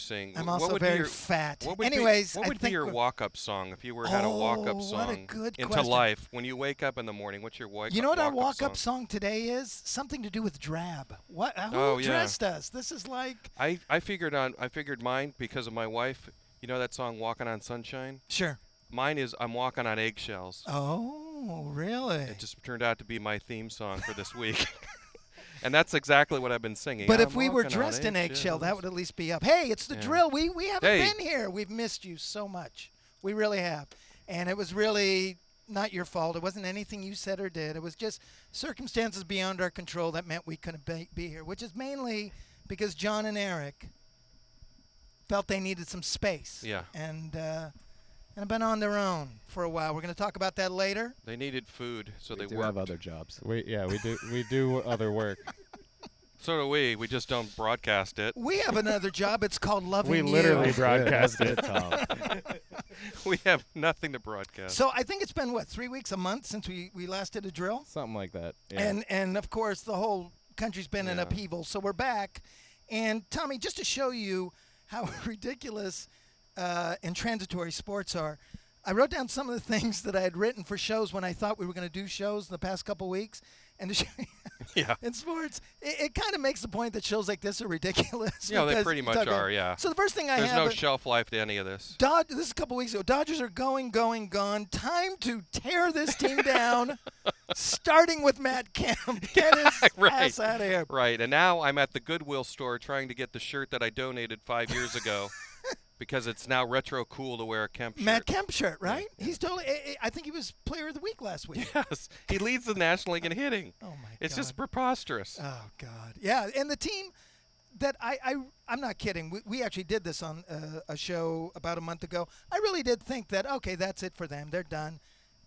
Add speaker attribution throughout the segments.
Speaker 1: sing.
Speaker 2: I'm
Speaker 1: Wh-
Speaker 2: also
Speaker 1: what would be
Speaker 2: very
Speaker 1: your,
Speaker 2: fat.
Speaker 1: What would
Speaker 2: Anyways,
Speaker 1: be,
Speaker 2: I
Speaker 1: what would be
Speaker 2: think
Speaker 1: your
Speaker 2: we're-
Speaker 1: walk-up song if you were had a walk-up
Speaker 2: Oh,
Speaker 1: song
Speaker 2: what a good
Speaker 1: into
Speaker 2: question.
Speaker 1: life when you wake up in the morning? What's your wake?
Speaker 2: You know what our
Speaker 1: walk-up
Speaker 2: walk-up
Speaker 1: song?
Speaker 2: song? today is? Something to do with drab. What? Who
Speaker 1: Oh, yeah.
Speaker 2: dressed us? This is like
Speaker 1: I I figured on I figured mine because of my wife. You know that song "Walking on Sunshine."
Speaker 2: sure.
Speaker 1: Mine is "I'm Walking on Eggshells."
Speaker 2: Oh, really?
Speaker 1: It just turned out to be my theme song for this week. And that's exactly what I've been singing.
Speaker 2: But
Speaker 1: I'm
Speaker 2: if we were
Speaker 1: walking on
Speaker 2: dressed in eggshell, that
Speaker 1: eggshells.
Speaker 2: would at least be up. Hey, it's the
Speaker 1: Yeah.
Speaker 2: drill. We we haven't
Speaker 1: Hey.
Speaker 2: been here. We've missed you so much. We really have. And it was really not your fault. It wasn't anything you said or did. It was just circumstances beyond our control that meant we couldn't be, be here, which is mainly because John and Eric felt they needed some space.
Speaker 1: Yeah.
Speaker 2: And uh, and have been on their own for a while. We're going to talk about that later.
Speaker 1: They needed food, so
Speaker 3: we
Speaker 1: they
Speaker 3: do
Speaker 1: worked.
Speaker 3: have other jobs.
Speaker 4: We yeah we do we do other work.
Speaker 1: So do we. We just don't broadcast it.
Speaker 2: We have another job. It's called Loving
Speaker 4: We
Speaker 2: You.
Speaker 4: literally broadcast
Speaker 3: Good,
Speaker 4: it.
Speaker 3: Tom.
Speaker 1: We have nothing to broadcast.
Speaker 2: So I think it's been what three weeks, a month since we we last did a drill,
Speaker 4: Something like that. Yeah.
Speaker 2: and and of course the whole country's been in
Speaker 1: Yeah.
Speaker 2: upheaval. So we're back, and Tommy, just to show you how ridiculous uh, and transitory sports are. I wrote down some of the things that I had written for shows when I thought we were going to do shows in the past couple weeks, and to show you
Speaker 1: yeah.
Speaker 2: in sports, it, it kind of makes the point that shows like this are ridiculous.
Speaker 1: Yeah, they
Speaker 2: because
Speaker 1: pretty
Speaker 2: you
Speaker 1: much
Speaker 2: talk about-
Speaker 1: are, yeah.
Speaker 2: So the first thing I
Speaker 1: There's
Speaker 2: have
Speaker 1: no
Speaker 2: are-
Speaker 1: shelf life to any of this.
Speaker 2: Dod- this is a couple weeks ago. Dodgers are going, going, gone. Time to tear this team down, starting with Matt Kemp. Get his
Speaker 1: right.
Speaker 2: ass out of here.
Speaker 1: Right. And now I'm at the Goodwill store trying to get the shirt that I donated five years ago because it's now retro cool to wear a Kemp shirt.
Speaker 2: Matt Kemp shirt, right? He's totally. I- I I think he was Player of the Week last week.
Speaker 1: Yes. He leads the National League in hitting.
Speaker 2: Oh my
Speaker 1: It's
Speaker 2: God.
Speaker 1: just preposterous.
Speaker 2: Oh God, yeah, and the team that I, I I'm not kidding. We, we actually did this on uh, a show about a month ago. I really did think that okay, that's it for them. They're done,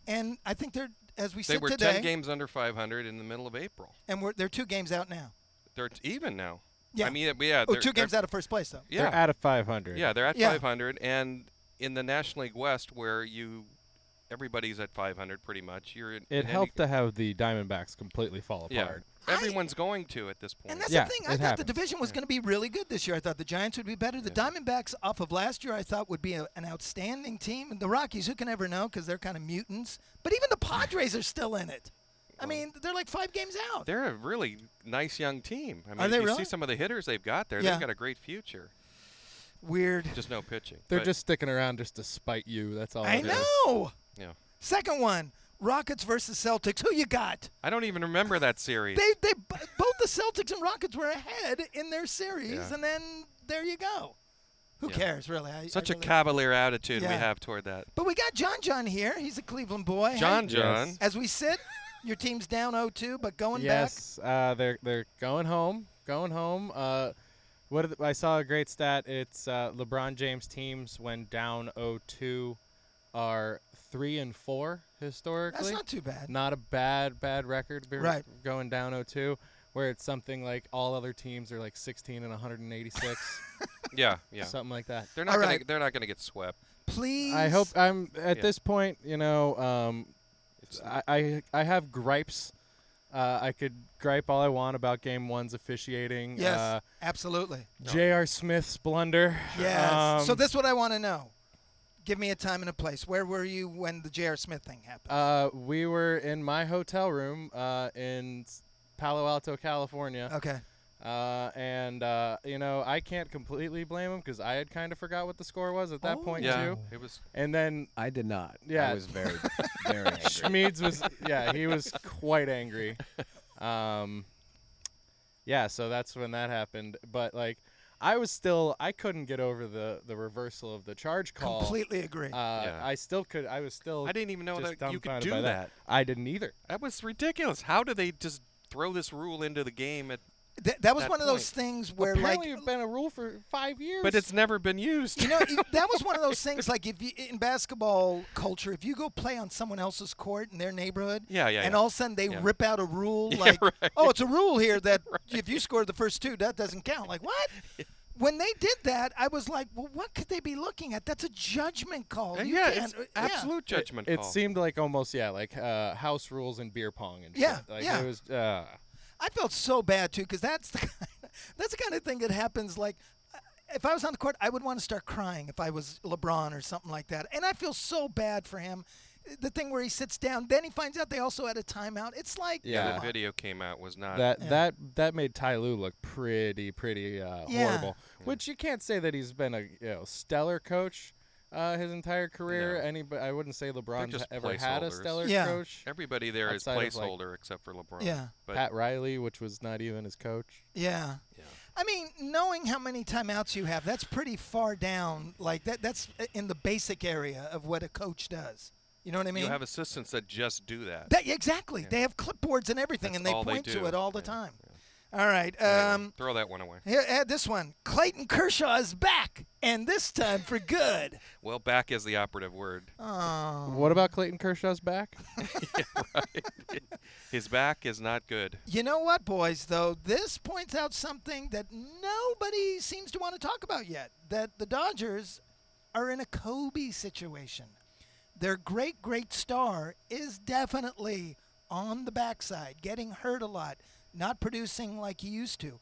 Speaker 2: and I think they're as we
Speaker 1: they
Speaker 2: sit
Speaker 1: were
Speaker 2: today,
Speaker 1: 10 games under 500 in the middle of April.
Speaker 2: and we're they're two games out now.
Speaker 1: They're t- even now.
Speaker 2: Yeah.
Speaker 1: I mean, yeah.
Speaker 2: Oh,
Speaker 1: they're-
Speaker 2: two
Speaker 1: they're-
Speaker 2: games out of first place though.
Speaker 1: Yeah.
Speaker 4: They're out of 500.
Speaker 1: Yeah, they're at
Speaker 2: Yeah.
Speaker 1: 500, and in the National League West, where you everybody's at 500 pretty much. You're in,
Speaker 4: It
Speaker 1: in
Speaker 4: helped to have the Diamondbacks completely fall
Speaker 1: Any, yeah,
Speaker 4: apart.
Speaker 1: everyone's going to at this point.
Speaker 2: And that's
Speaker 4: Yeah,
Speaker 2: the thing. I
Speaker 4: it
Speaker 2: thought
Speaker 4: happens.
Speaker 2: the division was going to be really good this year. I thought the Giants would be better. The Diamondbacks, off of last year, I thought would be a, an outstanding team. And the Rockies, who can ever know because they're kind of mutants. But even the Padres are still in it. I mean, they're like five games out.
Speaker 1: they're a really nice young team. I mean,
Speaker 2: Are
Speaker 1: if
Speaker 2: they
Speaker 1: you
Speaker 2: really?
Speaker 1: see some of the hitters they've got there,
Speaker 2: Yeah.
Speaker 1: they've got a great future.
Speaker 2: Weird.
Speaker 1: Just no pitching.
Speaker 4: They're
Speaker 1: But,
Speaker 4: just sticking around just to spite you. That's all.
Speaker 2: I
Speaker 4: Oh, it is.
Speaker 2: know.
Speaker 1: Yeah.
Speaker 2: Second one Rockets versus Celtics. Who you got?
Speaker 1: I don't even remember that series.
Speaker 2: They, they b- both the Celtics and Rockets were ahead in their series,
Speaker 1: Yeah.
Speaker 2: and then there you go. Who
Speaker 1: Yeah.
Speaker 2: cares, really? I,
Speaker 1: Such
Speaker 2: a
Speaker 1: a cavalier attitude we
Speaker 2: Yeah.
Speaker 1: have toward that.
Speaker 2: But we got John John here. He's a Cleveland boy. Hey,
Speaker 1: John,
Speaker 4: Yes.
Speaker 1: John,
Speaker 2: As we sit, your team's down 0-2, but going
Speaker 4: Yes, uh, they're they're going home, going home. Uh, what are the, I saw a great stat. It's uh, LeBron James teams when down 0-2 are three and four
Speaker 2: back, that's
Speaker 4: historically.
Speaker 2: not too bad.
Speaker 4: Not a bad bad record. be-
Speaker 2: Right.
Speaker 4: going down 0-2, where it's something like all other teams are like 16 and 186,
Speaker 1: yeah, yeah.
Speaker 4: something like that.
Speaker 1: they're not
Speaker 2: All
Speaker 1: gonna
Speaker 2: right.
Speaker 1: they're not gonna get swept.
Speaker 2: Please.
Speaker 4: I hope uh, I'm at
Speaker 1: Yeah.
Speaker 4: this point. You know, um,
Speaker 1: It's,
Speaker 4: I, I I have gripes. Uh, I could gripe all I want about Game One's officiating.
Speaker 2: Yes,
Speaker 4: Uh,
Speaker 2: absolutely.
Speaker 4: J.R. Smith's blunder.
Speaker 2: Yes. so
Speaker 4: uh, Um,
Speaker 2: this is what I want to know. Give me a time and a place. Where were you when the J.R. Smith thing happened?
Speaker 4: Uh, we were in my hotel room uh, in s- Palo Alto, California,
Speaker 2: okay.
Speaker 4: uh, and uh, you know I can't completely blame him because I had kind of forgot what the score was at that point
Speaker 1: Oh. yeah,
Speaker 4: too.
Speaker 1: it was.
Speaker 4: And then
Speaker 3: I did not.
Speaker 4: Yeah.
Speaker 3: I was very, very angry.
Speaker 4: Schmeeds was yeah he was quite angry. Um, yeah, so that's when that happened. But like, I was still I couldn't get over the the reversal of the charge call.
Speaker 2: Completely agree.
Speaker 4: Uh,
Speaker 1: Yeah.
Speaker 4: I still could. I was still.
Speaker 1: I didn't even know
Speaker 4: just
Speaker 1: that you could
Speaker 4: dumbfounded
Speaker 1: do
Speaker 4: by
Speaker 1: that.
Speaker 4: I didn't either.
Speaker 1: That was ridiculous. How do they just throw this rule into the game at
Speaker 2: Th- that was
Speaker 1: that
Speaker 2: one of those things where, like,
Speaker 4: Apparently, it's been a rule for five years.
Speaker 1: But it's never been used.
Speaker 2: you know, you- that was one of those things. Like, if you in basketball culture, if you go play on someone else's court in their neighborhood,
Speaker 1: Yeah, yeah,
Speaker 2: and
Speaker 1: yeah.
Speaker 2: all of a sudden they
Speaker 1: Yeah.
Speaker 2: rip out a rule like, oh, it's a rule here that if you score the first two, that doesn't count. Like what? When they did that, I was like, well, what could they be looking at? That's a judgment call.
Speaker 1: Uh,
Speaker 2: You
Speaker 1: yeah,
Speaker 2: can't-
Speaker 1: it's
Speaker 2: uh, yeah.
Speaker 1: absolute judgment
Speaker 4: It
Speaker 1: call.
Speaker 4: seemed like almost yeah, like uh, house rules and beer pong and
Speaker 2: Yeah,
Speaker 4: shit. Like,
Speaker 2: yeah.
Speaker 4: It was. Uh,
Speaker 2: I felt so bad too, because that's the kind that's the kind of thing that happens. Like, uh, if I was on the court, I would want to start crying if I was LeBron or something like that. And I feel so bad for him. The thing where he sits down, then he finds out they also had a timeout. It's like,
Speaker 1: Yeah,
Speaker 4: Yeah.
Speaker 1: the
Speaker 2: come on.
Speaker 1: video came out was not.
Speaker 4: That
Speaker 2: Yeah.
Speaker 4: that that made Ty Lue look pretty pretty uh,
Speaker 2: Yeah.
Speaker 4: horrible. Which you can't say that he's been a you know stellar coach uh, his entire career.
Speaker 1: No.
Speaker 4: Any, but I wouldn't say LeBron's
Speaker 1: just
Speaker 4: ever had a
Speaker 1: placeholders.
Speaker 4: stellar
Speaker 2: Yeah.
Speaker 4: coach.
Speaker 1: everybody there is
Speaker 4: outside of, like-
Speaker 1: placeholder except for LeBron.
Speaker 2: Yeah.
Speaker 1: But
Speaker 4: Pat Riley, which was not even his coach.
Speaker 2: yeah.
Speaker 1: Yeah.
Speaker 2: I mean, knowing how many timeouts you have, that's pretty far down. Like that, that's uh, in the basic area of what a coach does. You know what I mean?
Speaker 1: you have assistants that just do that.
Speaker 2: That- exactly. They have clipboards and everything,
Speaker 1: That's
Speaker 2: and they
Speaker 1: all they
Speaker 2: point to
Speaker 1: do.
Speaker 2: it all the
Speaker 1: Yeah,
Speaker 2: time. All right.
Speaker 1: Anyway,
Speaker 2: Um,
Speaker 1: throw that one away.
Speaker 2: here, add this one. Clayton Kershaw is back, and this time for good.
Speaker 1: Well, back is the operative word.
Speaker 2: Oh.
Speaker 4: What about Clayton Kershaw's back?
Speaker 1: His back is not good.
Speaker 2: You know what, boys, though? This points out something that nobody seems to want to talk about yet that the Dodgers are in a Kobe situation. Their great, great star is definitely on the backside, getting hurt a lot, not producing like he used to.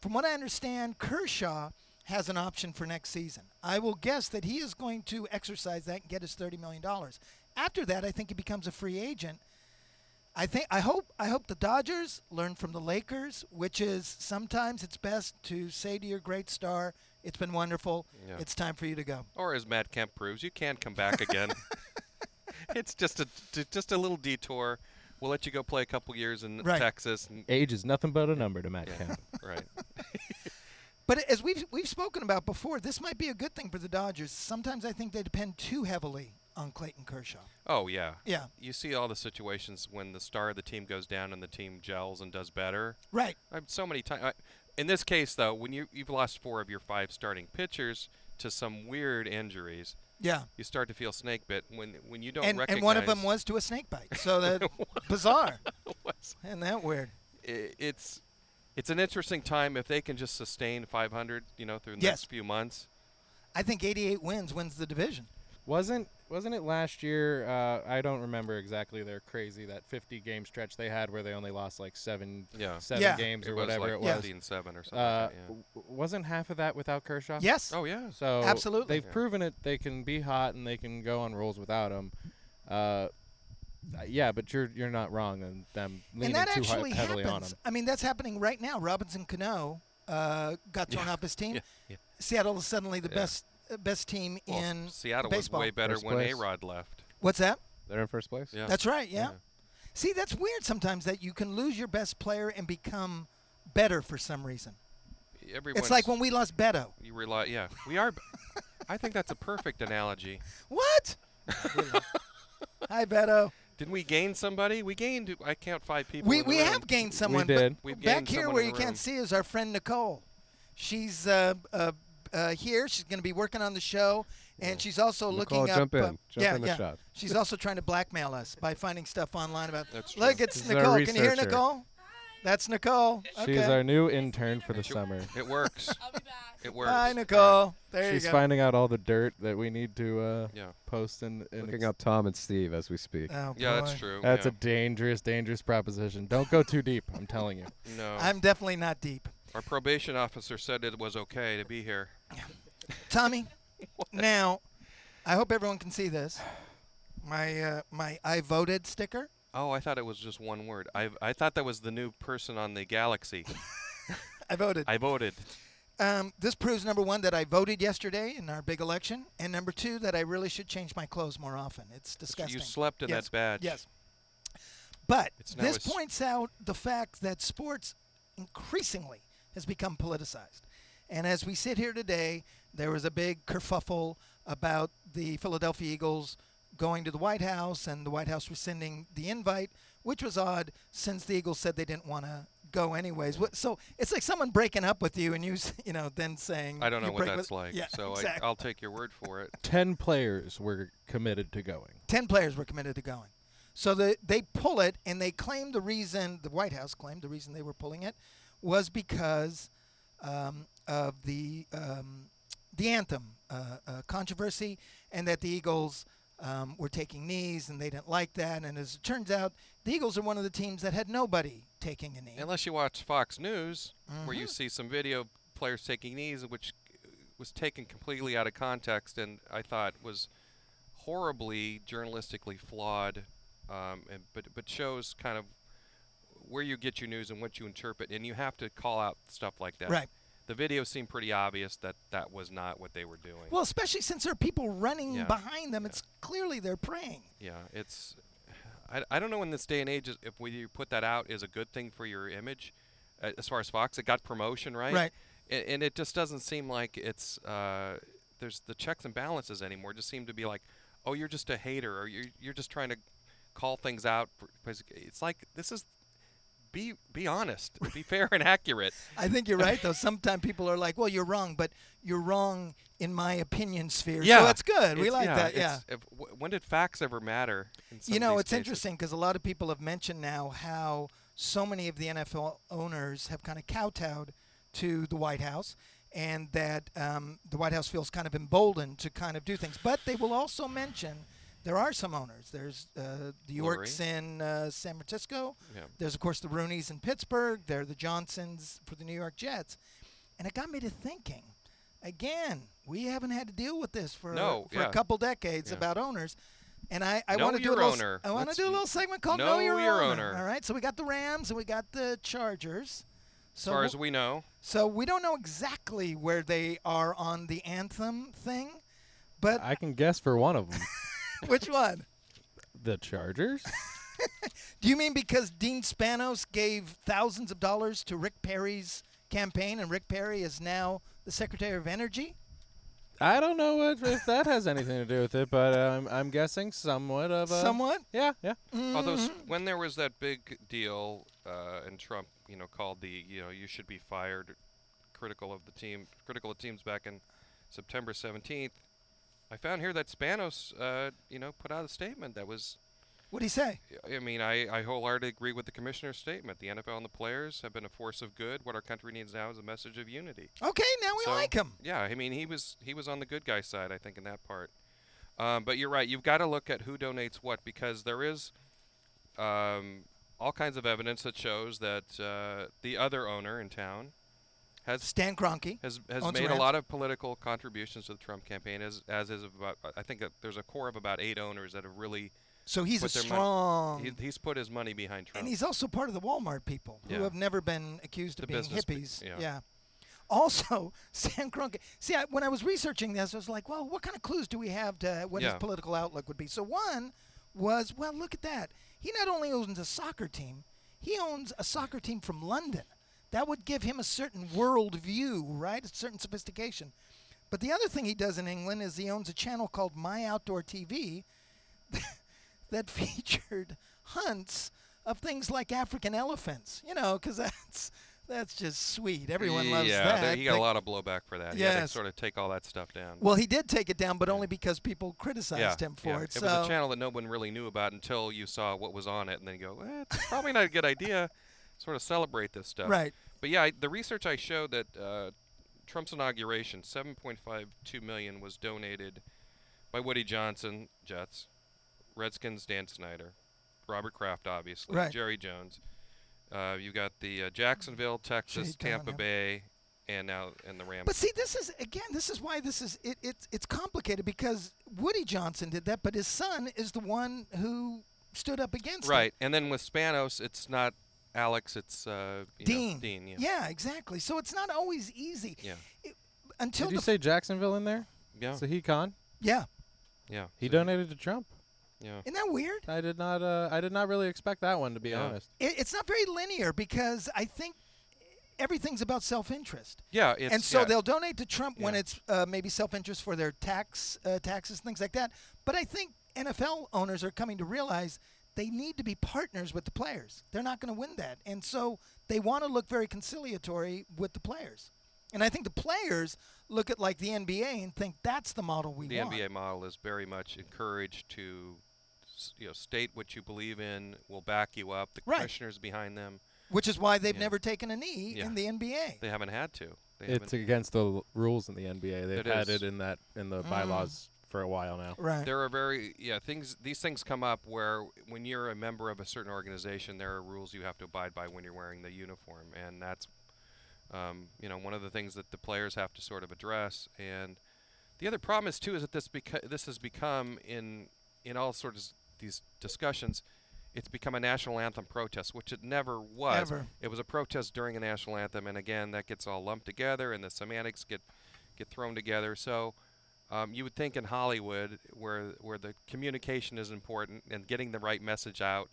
Speaker 2: From what I understand, Kershaw has an option for next season. I will guess that he is going to exercise that and get his $30 million. After that, I think he becomes a free agent. I think I hope I hope the Dodgers learn from the Lakers, which is sometimes it's best to say to your great star, "It's been wonderful.
Speaker 1: Yeah.
Speaker 2: It's time for you to go."
Speaker 1: Or as Matt Kemp proves, you can come back again. it's just a t- just a little detour. We'll let you go play a couple years in
Speaker 2: Right.
Speaker 1: Texas. And,
Speaker 4: Age is nothing but a number to Matt Kemp.
Speaker 1: right.
Speaker 2: But as we've we've spoken about before, this might be a good thing for the Dodgers. Sometimes I think they depend too heavily on Clayton Kershaw.
Speaker 1: Oh yeah.
Speaker 2: Yeah,
Speaker 1: You see all the situations when the star of the team goes down and the team gels and does better.
Speaker 2: right.
Speaker 1: I've so many times. In this case, though, when you you've lost four of your five starting pitchers to some weird injuries,
Speaker 2: Yeah,
Speaker 1: you start to feel snake bit when when you don't
Speaker 2: and
Speaker 1: recognize.
Speaker 2: and one of them was to a snake bite. So that bizarre
Speaker 1: was-
Speaker 2: and that weird.
Speaker 1: i- it's it's an interesting time if they can just sustain 500, you know, through the
Speaker 2: Yes.
Speaker 1: next few months.
Speaker 2: I think 88 wins wins the division.
Speaker 4: Wasn't wasn't it last year? Uh, I don't remember exactly. They're crazy that 50 game stretch they had where they only lost like seven,
Speaker 1: Yeah.
Speaker 4: seven
Speaker 2: Yeah.
Speaker 4: games or
Speaker 1: was
Speaker 4: whatever
Speaker 1: like
Speaker 4: it
Speaker 2: Yeah.
Speaker 4: was.
Speaker 1: 15 seven or something.
Speaker 4: Uh,
Speaker 1: like that, yeah.
Speaker 4: w- wasn't half of that without Kershaw?
Speaker 2: Yes.
Speaker 1: Oh yeah.
Speaker 4: So
Speaker 2: Absolutely.
Speaker 4: they've
Speaker 1: Yeah.
Speaker 4: proven it. They can be hot and they can go on rolls without him. Uh, yeah, but you're you're not wrong in them leaning
Speaker 2: and that
Speaker 4: too hi-
Speaker 2: actually
Speaker 4: heavily on him.
Speaker 2: happens. I mean, that's happening right now. Robinson Cano uh, got thrown off his team.
Speaker 1: Yeah, yeah.
Speaker 2: Seattle is suddenly the
Speaker 1: Yeah.
Speaker 2: best uh, best team
Speaker 1: Well,
Speaker 2: in
Speaker 1: Seattle
Speaker 2: baseball.
Speaker 1: was way better
Speaker 4: First
Speaker 1: when
Speaker 4: place.
Speaker 1: A Rod left.
Speaker 2: What's that?
Speaker 4: They're in first place.
Speaker 1: Yeah.
Speaker 2: That's right. Yeah.
Speaker 1: Yeah.
Speaker 2: See, that's weird sometimes that you can lose your best player and become better for some reason.
Speaker 1: Everyone's,
Speaker 2: it's like when we lost Beto.
Speaker 1: you rely. Yeah, we are. b- I think that's a perfect analogy.
Speaker 2: What? Hi, Beto.
Speaker 1: Didn't we gain somebody? We gained. I count five people.
Speaker 2: We,
Speaker 1: in the
Speaker 2: we
Speaker 1: room.
Speaker 2: have gained someone. but
Speaker 4: did.
Speaker 1: We've
Speaker 2: back
Speaker 1: gained
Speaker 2: here
Speaker 1: someone
Speaker 2: where
Speaker 1: in
Speaker 2: you
Speaker 1: the room.
Speaker 2: can't see is our friend Nicole. She's uh, uh, uh, here. She's going to be working on the show, and she's also
Speaker 5: Nicole,
Speaker 2: looking
Speaker 5: jump
Speaker 2: up.
Speaker 5: in.
Speaker 2: uh,
Speaker 5: Jump
Speaker 2: yeah,
Speaker 5: in the
Speaker 2: yeah.
Speaker 5: shot.
Speaker 2: She's also trying to blackmail us by finding stuff online about.
Speaker 1: That's
Speaker 2: Look,
Speaker 1: true.
Speaker 2: it's
Speaker 5: This is our
Speaker 2: Nicole. Can you hear
Speaker 5: researcher.
Speaker 2: Nicole? That's Nicole. Okay.
Speaker 4: She's our new intern for the summer.
Speaker 1: It works.
Speaker 6: I'll be back.
Speaker 1: It works.
Speaker 2: Hi, Nicole. There
Speaker 4: She's
Speaker 2: you go.
Speaker 4: finding out all the dirt that we need to uh,
Speaker 1: Yeah.
Speaker 4: post in. in
Speaker 5: Looking
Speaker 4: ex-
Speaker 5: up Tom and Steve as we speak.
Speaker 2: Oh,
Speaker 1: Yeah, that's
Speaker 2: boy.
Speaker 1: true.
Speaker 4: That's
Speaker 1: yeah.
Speaker 4: a dangerous, dangerous proposition. Don't go too deep. I'm telling you.
Speaker 1: no.
Speaker 2: I'm definitely not deep.
Speaker 1: Our probation officer said it was okay to be here.
Speaker 2: Tommy, now, I hope everyone can see this. My uh, my I voted sticker.
Speaker 1: Oh, I thought it was just one word. I I thought that was the new person on the galaxy.
Speaker 2: I voted.
Speaker 1: I voted.
Speaker 2: Um, this proves number one that I voted yesterday in our big election, and number two that I really should change my clothes more often. It's disgusting.
Speaker 1: You slept in
Speaker 2: yes.
Speaker 1: that badge.
Speaker 2: Yes. But
Speaker 1: It's now
Speaker 2: this
Speaker 1: a s-
Speaker 2: points out the fact that sports increasingly has become politicized. And as we sit here today, there was a big kerfuffle about the Philadelphia Eagles going to the White House and the White House rescinding the invite, which was odd since the Eagles said they didn't want to go anyways. What- So it's like someone breaking up with you and you, s- you know, then saying
Speaker 1: I don't know
Speaker 2: you
Speaker 1: what
Speaker 2: break
Speaker 1: that's
Speaker 2: with-
Speaker 1: like,
Speaker 2: Yeah,
Speaker 1: so
Speaker 2: exactly.
Speaker 1: I, I'll take your word for it.
Speaker 4: Ten players were committed to going.
Speaker 2: 10 players were committed to going. So the, they pull it, and they claim the reason, the White House claimed the reason they were pulling it was because um, of the, um, the anthem uh, uh, controversy and that the Eagles um, were taking knees and they didn't like that. And as it turns out, the Eagles are one of the teams that had nobody taking a knee. Mm-hmm.
Speaker 1: Unless you watch Fox News, where you see some video of players taking knees, which was taken completely out of context and I thought was horribly journalistically flawed, um, and, but but shows kind of where you get your news and what you interpret, and you have to call out stuff like that.
Speaker 2: Right.
Speaker 1: The video seemed pretty obvious that that was not what they were doing.
Speaker 2: Well, especially since there are people running
Speaker 1: Yeah.
Speaker 2: behind them,
Speaker 1: Yeah.
Speaker 2: it's clearly they're praying.
Speaker 1: yeah, it's. I, I don't know in this day and age is- if when you put that out is a good thing for your image, uh, as far as Fox. It got promotion, right?
Speaker 2: Right.
Speaker 1: And, and it just doesn't seem like it's uh, there's the checks and balances anymore. It just seem to be like, oh, you're just a hater, or you're you're just trying to call things out. for- 'cause It's like this is be be honest, be fair and accurate.
Speaker 2: I think you're right, though. Sometimes people are like, "Well, you're wrong," but you're wrong in my opinion sphere. so that's good. We
Speaker 1: It's-
Speaker 2: like that. Yeah.
Speaker 1: it's- if- w- when did facts ever matter? in some
Speaker 2: you
Speaker 1: of
Speaker 2: know,
Speaker 1: these
Speaker 2: it's
Speaker 1: cases?
Speaker 2: interesting because a lot of people have mentioned now how so many of the NFL owners have kind of kowtowed to the White House, and that um, the White House feels kind of emboldened to kind of do things. But they will also mention there are some owners. There's uh, the Yorks in uh, San Francisco.
Speaker 1: Yeah.
Speaker 2: There's of course the Rooneys in Pittsburgh. There are the Johnsons for the New York Jets, and it got me to thinking. Again, we haven't had to deal with this for,
Speaker 1: No,
Speaker 2: for
Speaker 1: yeah.
Speaker 2: a couple decades
Speaker 1: Yeah.
Speaker 2: about owners, and I, I
Speaker 1: Know
Speaker 2: want to do a
Speaker 1: your
Speaker 2: little,
Speaker 1: owner.
Speaker 2: I want to
Speaker 1: Let's
Speaker 2: do a little segment called Know,
Speaker 1: know
Speaker 2: Your,
Speaker 1: your
Speaker 2: owner.
Speaker 1: owner.
Speaker 2: All right, so we got the Rams and we got the Chargers.
Speaker 1: As
Speaker 2: So
Speaker 1: far
Speaker 2: wh-
Speaker 1: as we know,
Speaker 2: so we don't know exactly where they are on the anthem thing, but
Speaker 4: I can guess for one of them,
Speaker 2: which one?
Speaker 4: the Chargers.
Speaker 2: Do you mean because Dean Spanos gave thousands of dollars to Rick Perry's campaign and Rick Perry is now the Secretary of Energy?
Speaker 4: I don't know what, if that has anything to do with it, but um, I'm guessing somewhat of a.
Speaker 2: Somewhat?
Speaker 4: Yeah, yeah.
Speaker 1: although s- when there was that big deal uh, and Trump, you know, called the you know you should be fired, critical of the team, critical of teams back in September 17th. I found here that Spanos, uh, you know, put out a statement that was
Speaker 2: What'd he say?
Speaker 1: I mean, I, I wholeheartedly agree with the commissioner's statement. The NFL and the players have been a force of good. What our country needs now is a message of unity.
Speaker 2: Okay, now we
Speaker 1: So,
Speaker 2: like him.
Speaker 1: Yeah, I mean, he was he was on the good guy side, I think, in that part. Um, but you're right. You've got to look at who donates what because there is um, all kinds of evidence that shows that uh, the other owner in town has
Speaker 2: Stan Kroenke.
Speaker 1: has, has
Speaker 2: Owns the
Speaker 1: made a
Speaker 2: Rams.
Speaker 1: lot of political contributions to the Trump campaign, as as is about. I think that there's a core of about eight owners that have really
Speaker 2: So he's a
Speaker 1: put their money-
Speaker 2: strong.
Speaker 1: he, he's put his money behind Trump.
Speaker 2: Um, and he's also part of the Walmart people who
Speaker 1: Oh. Yeah.
Speaker 2: have never been accused of
Speaker 1: The
Speaker 2: being
Speaker 1: business pe-
Speaker 2: hippies.
Speaker 1: yeah.
Speaker 2: Also, Stan Kroenke. See, I, when I was researching this, I was like, well, what kind of clues do we have to what
Speaker 1: Yeah.
Speaker 2: his political outlook would be? So one was, well, look at that. He not only owns a soccer team, he owns a soccer team from London. That would give him a certain world view, right? A certain sophistication. But the other thing he does in England is he owns a channel called My Outdoor TV, that featured hunts of things like African elephants. You know, 'cause that's that's just sweet. Everyone loves
Speaker 1: yeah,
Speaker 2: that.
Speaker 1: there- he got
Speaker 2: They-
Speaker 1: a lot of blowback for that. Yeah, they
Speaker 2: Yes.
Speaker 1: sort of take all that stuff down.
Speaker 2: well, he did take it down, but only because people
Speaker 1: yeah,
Speaker 2: criticized him for
Speaker 1: yeah.
Speaker 2: it. So
Speaker 1: was a channel that no one really knew about until you saw what was on it, and then you go, eh, it's probably not a good idea. Sort of celebrate this stuff.
Speaker 2: right.
Speaker 1: But yeah, I, the research I showed that uh, Trump's inauguration, 7.52 million was donated by Woody Johnson, Jets, Redskins, Dan Snyder, Robert Kraft, obviously,
Speaker 2: Right.
Speaker 1: Jerry Jones. Uh, you got the uh, Jacksonville, Texas,
Speaker 2: Shade down,
Speaker 1: Tampa
Speaker 2: yeah.
Speaker 1: Bay, and now and the Rams.
Speaker 2: But see, this is again, this is why this is it, it's it's complicated because Woody Johnson did that, but his son is the one who stood up against it.
Speaker 1: Right, and then with Spanos, it's not Alex, it's uh, you know,
Speaker 2: Dean.
Speaker 1: Dean, yeah.
Speaker 2: exactly. So it's not always easy.
Speaker 1: Yeah.
Speaker 2: It- until
Speaker 4: Did you
Speaker 2: the
Speaker 4: say Jacksonville in there?
Speaker 1: Yeah,
Speaker 4: So he con.
Speaker 2: yeah,
Speaker 1: yeah.
Speaker 4: He
Speaker 1: so-
Speaker 4: donated to Trump.
Speaker 1: Yeah,
Speaker 2: isn't that weird?
Speaker 4: I did not. Uh, I did not really expect that one to be
Speaker 1: Yeah.
Speaker 4: honest.
Speaker 2: it, it's not very linear because I think everything's about self-interest,
Speaker 1: yeah. It's,
Speaker 2: and so
Speaker 1: yeah,
Speaker 2: they'll donate to Trump when
Speaker 1: Yeah.
Speaker 2: it's uh, maybe self-interest for their tax uh, taxes things like that. But I think NFL owners are coming to realize they need to be partners with the players. They're not going to win that, and so they want to look very conciliatory with the players. And I think the players look at like the NBA and think that's the model we
Speaker 1: the
Speaker 2: want.
Speaker 1: NBA model is very much encouraged to, s- you know, state what you believe in. We'll back you up. The
Speaker 2: Right.
Speaker 1: commissioners behind them,
Speaker 2: which is why they've
Speaker 1: Yeah.
Speaker 2: never taken a knee
Speaker 1: Yeah.
Speaker 2: in the NBA.
Speaker 1: they haven't had to. They
Speaker 4: It's
Speaker 1: haven't.
Speaker 4: against the l- rules in the NBA. They've
Speaker 1: It
Speaker 4: had
Speaker 1: is.
Speaker 4: it in that in the
Speaker 2: Mm.
Speaker 4: bylaws for a while now.
Speaker 2: right.
Speaker 1: There are very yeah things. These things come up where when you're a member of a certain organization, there are rules you have to abide by when you're wearing the uniform, and that's. um, you know, one of the things that the players have to sort of address. And the other problem is too is that this beca- this has become in in all sorts of s- these discussions, it's become a national anthem protest, which it never was.
Speaker 2: Ever.
Speaker 1: It was a protest during a national anthem, and again, that gets all lumped together, and the semantics get get thrown together. So. Um, you would think in Hollywood, where where the communication is important and getting the right message out,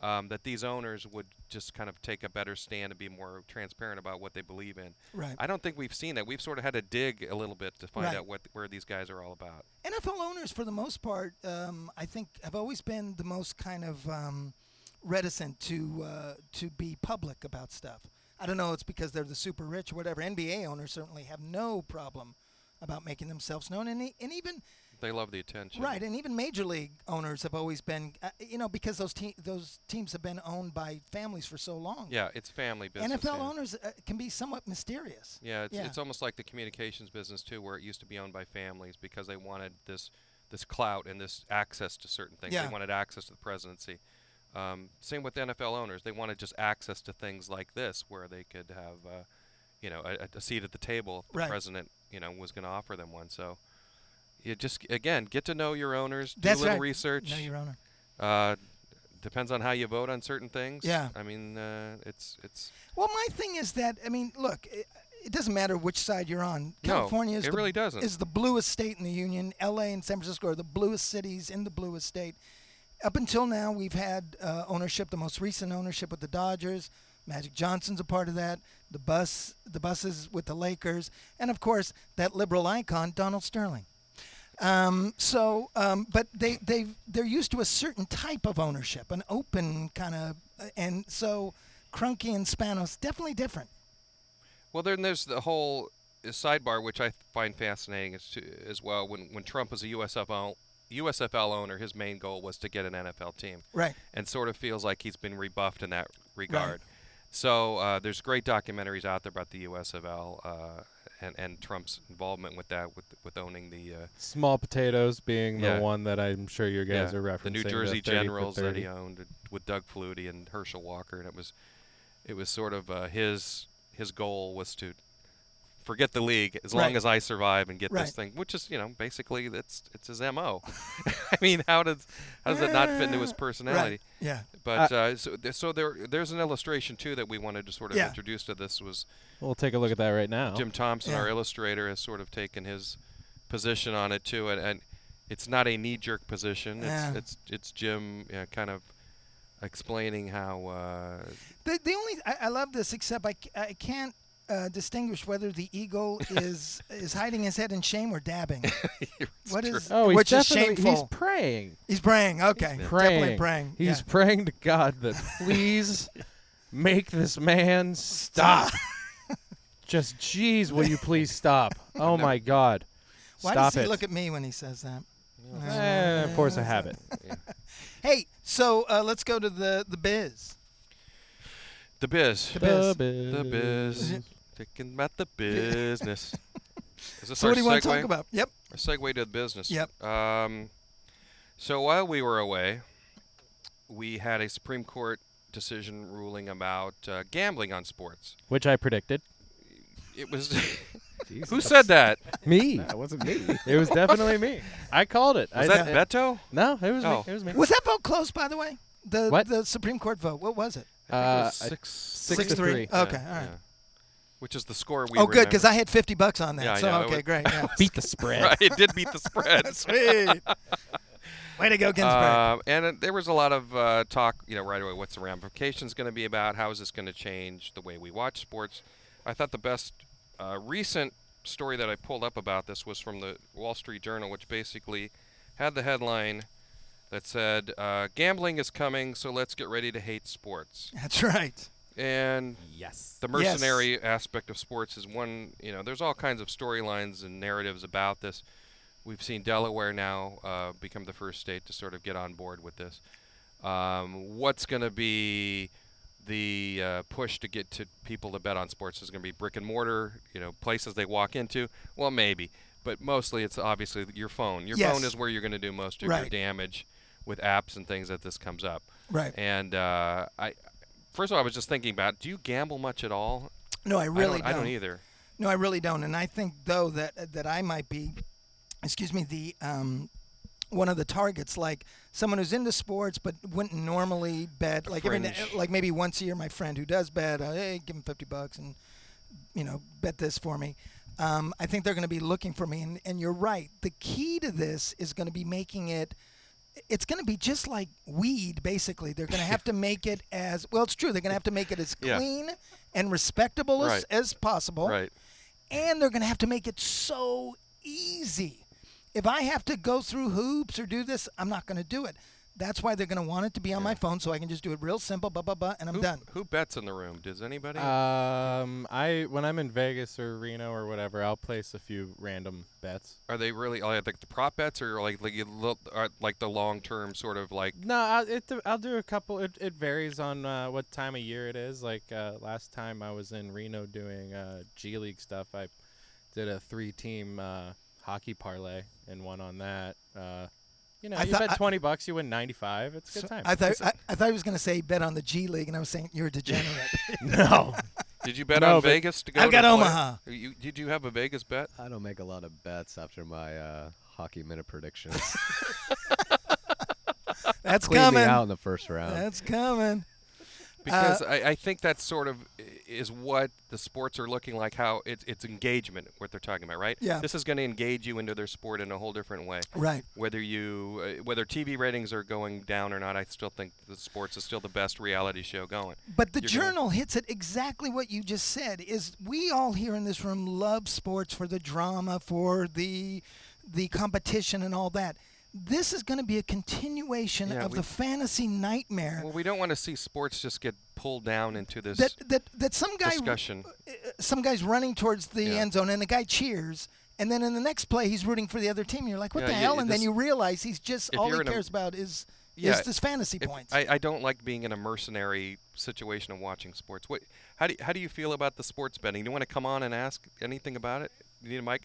Speaker 1: um, that these owners would just kind of take a better stand and be more transparent about what they believe in.
Speaker 2: Right.
Speaker 1: I don't think we've seen that. We've sort of had to dig a little bit to find
Speaker 2: Right.
Speaker 1: out what where these guys are all about.
Speaker 2: NFL owners, for the most part, um, I think have always been the most kind of um, reticent to uh, to be public about stuff. I don't know. It's because they're the super rich or whatever. NBA owners certainly have no problem about making themselves known, and, e- and even
Speaker 1: They love the attention.
Speaker 2: Right, and even major league owners have always been, uh, you know, because those te- those teams have been owned by families for so long.
Speaker 1: Yeah, it's family business.
Speaker 2: NFL
Speaker 1: yeah.
Speaker 2: owners uh, can be somewhat mysterious.
Speaker 1: Yeah, it's,
Speaker 2: Yeah.
Speaker 1: it's almost like the communications business too, where it used to be owned by families because they wanted this this clout and this access to certain things.
Speaker 2: Yeah.
Speaker 1: They wanted access to the presidency. Um, same with NFL owners; they wanted just access to things like this, where they could have, uh, you know, a, a seat at the table if the
Speaker 2: Right.
Speaker 1: president, you know, was going to offer them one. So, you just again get to know your owners, do
Speaker 2: That's
Speaker 1: a little
Speaker 2: right.
Speaker 1: research.
Speaker 2: No, your owner.
Speaker 1: uh, depends on how you vote on certain things.
Speaker 2: Yeah.
Speaker 1: I mean, uh, it's it's
Speaker 2: Well, my thing is that I mean, look, it, it doesn't matter which side you're on.
Speaker 1: No,
Speaker 2: California is
Speaker 1: it
Speaker 2: the,
Speaker 1: really doesn't.
Speaker 2: is the bluest state in the union. L.A. and San Francisco are the bluest cities in the bluest state. Up until now, we've had uh, ownership. The most recent ownership with the Dodgers. Magic Johnson's a part of that. The bus, the buses with the Lakers, and of course that liberal icon Donald Sterling. Um, so, um, but they they they're used to a certain type of ownership, an open kind of, and so Crunky and Spanos definitely different.
Speaker 1: Well, then there's the whole uh, sidebar, which I th- find fascinating as, to, as well. When when Trump was a USFL USFL owner, his main goal was to get an NFL team,
Speaker 2: Right.
Speaker 1: and sort of feels like he's been rebuffed in that regard. So uh, there's great documentaries out there about the USFL uh, and and Trump's involvement with that, with with owning the. Uh,
Speaker 4: Small potatoes being
Speaker 1: Yeah.
Speaker 4: the one that I'm sure you guys are referencing.
Speaker 1: the New Jersey
Speaker 4: 30 for
Speaker 1: Generals that
Speaker 4: 30.
Speaker 1: he owned with Doug Flutie and Herschel Walker, and it was, it was sort of uh, his his goal was to forget the league as
Speaker 2: Right.
Speaker 1: long as I survive and get
Speaker 2: Right.
Speaker 1: this thing, which is you know basically that's it's his mo. I mean, how does how does it not fit into his personality?
Speaker 2: Right. Yeah.
Speaker 1: But uh, so, th- so there there's an illustration too that we wanted to sort of
Speaker 2: Yeah.
Speaker 1: introduce to this was
Speaker 4: We'll take a look at that right now.
Speaker 1: Jim Thompson, our
Speaker 2: Oh. Yeah.
Speaker 1: illustrator, has sort of taken his position on it too, and, and it's not a knee-jerk position. It's
Speaker 2: Yeah.
Speaker 1: it's it's Jim uh, kind of explaining how. Uh,
Speaker 2: The, the only I, I love this except I, c- I can't uh, distinguish whether the eagle is is hiding his head in shame or dabbing.
Speaker 1: it's
Speaker 2: What
Speaker 1: true.
Speaker 2: is-
Speaker 4: oh, he's
Speaker 2: Which is
Speaker 4: definitely he's
Speaker 2: shameful.
Speaker 4: praying.
Speaker 2: He's praying. Okay. Definitely
Speaker 4: praying.
Speaker 2: praying.
Speaker 4: He's
Speaker 2: yeah.
Speaker 4: praying to God that please make this man stop. Just jeez, will you please stop? Oh
Speaker 1: never-
Speaker 4: my God.
Speaker 2: Why
Speaker 4: stop
Speaker 2: does he
Speaker 4: it.
Speaker 2: look at me when he says that?
Speaker 4: Eh, force of habit.
Speaker 2: Hey, so uh, let's go to the the biz.
Speaker 1: the biz.
Speaker 2: The biz.
Speaker 1: The biz. Thinking about the business. is this
Speaker 2: So
Speaker 1: our
Speaker 2: what do you want to
Speaker 1: segue?
Speaker 2: talk about? Yep.
Speaker 1: Our segue to the business.
Speaker 2: Yep.
Speaker 1: Um, so while we were away, we had a Supreme Court decision ruling about uh, gambling on sports.
Speaker 4: Which I predicted.
Speaker 1: It was. Who said that?
Speaker 4: Me.
Speaker 3: That wasn't me.
Speaker 4: It was definitely me. I called it. I
Speaker 1: Was that Beto?
Speaker 4: No, it was
Speaker 1: Oh.
Speaker 4: me. It was me.
Speaker 2: Was that vote close, by the way? The
Speaker 4: What?
Speaker 2: the Supreme Court vote. What was it?
Speaker 1: I think it
Speaker 4: Uh,
Speaker 1: was
Speaker 4: I-
Speaker 1: six,
Speaker 4: six to three.
Speaker 1: Yeah,
Speaker 2: Okay. All right.
Speaker 1: yeah. Which is the score we.
Speaker 2: oh, good, because
Speaker 1: remember.
Speaker 2: I had 50 bucks on that.
Speaker 1: Yeah, I
Speaker 2: so,
Speaker 1: know, it
Speaker 2: okay,
Speaker 1: was-
Speaker 2: great. Yeah.
Speaker 4: Beat the spread.
Speaker 1: right, it did beat the spread.
Speaker 2: Sweet. Way to go, Ginsburg.
Speaker 1: Um, and it, there was a lot of uh, talk, you know, right away. What's the ramifications going to be about? How is this going to change the way we watch sports? I thought the best uh, recent story that I pulled up about this was from the Wall Street Journal, which basically had the headline that said, uh, "Gambling is coming, so let's get ready to hate sports."
Speaker 2: That's right.
Speaker 1: And
Speaker 4: Yes.
Speaker 1: the
Speaker 2: Yes.
Speaker 1: mercenary aspect of sports is one you know there's all kinds of storylines and narratives about this we've seen delaware now uh, become the first state to sort of get on board with this um, what's going to be the uh, push to get to people to bet on sports is going to be brick and mortar you know places they walk into well maybe but mostly it's obviously your phone your
Speaker 2: Yes.
Speaker 1: phone is where you're going to do most of your
Speaker 2: Right.
Speaker 1: damage with apps and things that this comes up
Speaker 2: Right.
Speaker 1: and uh, I, first of all, I was just thinking about: Do you gamble much at all?
Speaker 2: No, I really
Speaker 1: I don't, I don't either.
Speaker 2: No, I really don't. And I think though that that I might be, excuse me, the um, one of the targets, like someone who's into sports but wouldn't normally bet, like every,
Speaker 1: fringe.
Speaker 2: like maybe once a year, my friend who does bet, uh, hey, give him fifty bucks and you know bet this for me. Um, I think they're going to be looking for me, and, and you're right. The key to this is going to be making it. It's going to be just like weed, basically. They're going to have to make it as well. It's true. They're going to have to make it as
Speaker 1: Yeah.
Speaker 2: clean and respectable as,
Speaker 1: Right.
Speaker 2: as possible
Speaker 1: Right.
Speaker 2: and they're going to have to make it so easy. If I have to go through hoops or do this, I'm not going to do it. That's why they're going to want it to be on my phone so I can just do it real simple, blah, blah, blah, and I'm
Speaker 1: Who,
Speaker 2: done. Uh,
Speaker 1: who bets in the room? Does anybody?
Speaker 4: Um, I when I'm in Vegas or Reno or whatever, I'll place a few random bets.
Speaker 1: are they really like the prop bets or like like you look are, like the long term sort of like
Speaker 4: No, I'll, it, d- I'll do a couple. It, it varies on uh, what time of year it is. Like uh, last time I was in Reno doing uh, G League stuff, I did a three-team uh, hockey parlay and won on that. Uh, you know,
Speaker 2: I
Speaker 4: you
Speaker 2: thought-
Speaker 4: bet
Speaker 2: I-
Speaker 4: 20 bucks, you win 95. It's a
Speaker 2: So
Speaker 4: good time.
Speaker 2: I thought I, I thought he was going to say bet on the G League, and I was saying you're a degenerate.
Speaker 4: no.
Speaker 1: did you bet
Speaker 4: No,
Speaker 1: on
Speaker 4: but-
Speaker 1: Vegas to go
Speaker 2: I've
Speaker 1: to
Speaker 2: got
Speaker 1: play?
Speaker 2: Omaha.
Speaker 1: You, did you have a Vegas bet?
Speaker 5: I don't make a lot of bets after my uh, hockey minute predictions.
Speaker 2: That's
Speaker 5: Clean me
Speaker 2: coming.
Speaker 5: out in the first round.
Speaker 2: That's coming. Uh,
Speaker 1: Because I, I think that sort of i- is what the sports are looking like. How it's it's engagement, what they're talking about, right?
Speaker 2: Yeah.
Speaker 1: This is going to engage you into their sport in a whole different way.
Speaker 2: Right.
Speaker 1: Whether you uh, whether TV ratings are going down or not, I still think the sports is still the best reality show going.
Speaker 2: But the
Speaker 1: You're gonna-
Speaker 2: journal hits it exactly what you just said. Is we all here in this room love sports for the drama, for the the competition, and all that. This is going to be a continuation
Speaker 1: Yeah,
Speaker 2: of
Speaker 1: we-
Speaker 2: the fantasy nightmare
Speaker 1: Well, we don't want to see sports just get pulled down into this
Speaker 2: that that that some guy uh,
Speaker 1: discussion.
Speaker 2: some guy's running towards the
Speaker 1: Yeah.
Speaker 2: end zone and the guy cheers. And then in the next play, he's rooting for the other team. You're like, what
Speaker 1: Yeah,
Speaker 2: the
Speaker 1: you-
Speaker 2: hell? and then
Speaker 1: this-
Speaker 2: you realize he's just
Speaker 1: if
Speaker 2: all
Speaker 1: you're
Speaker 2: he
Speaker 1: in a-
Speaker 2: cares about is
Speaker 1: Yeah,
Speaker 2: is this fantasy
Speaker 1: If-
Speaker 2: points.
Speaker 1: I, I don't like being in a mercenary situation of watching sports. What? How do you, how do you feel about the sports betting? Do you want to come on and ask anything about it? You need a mic?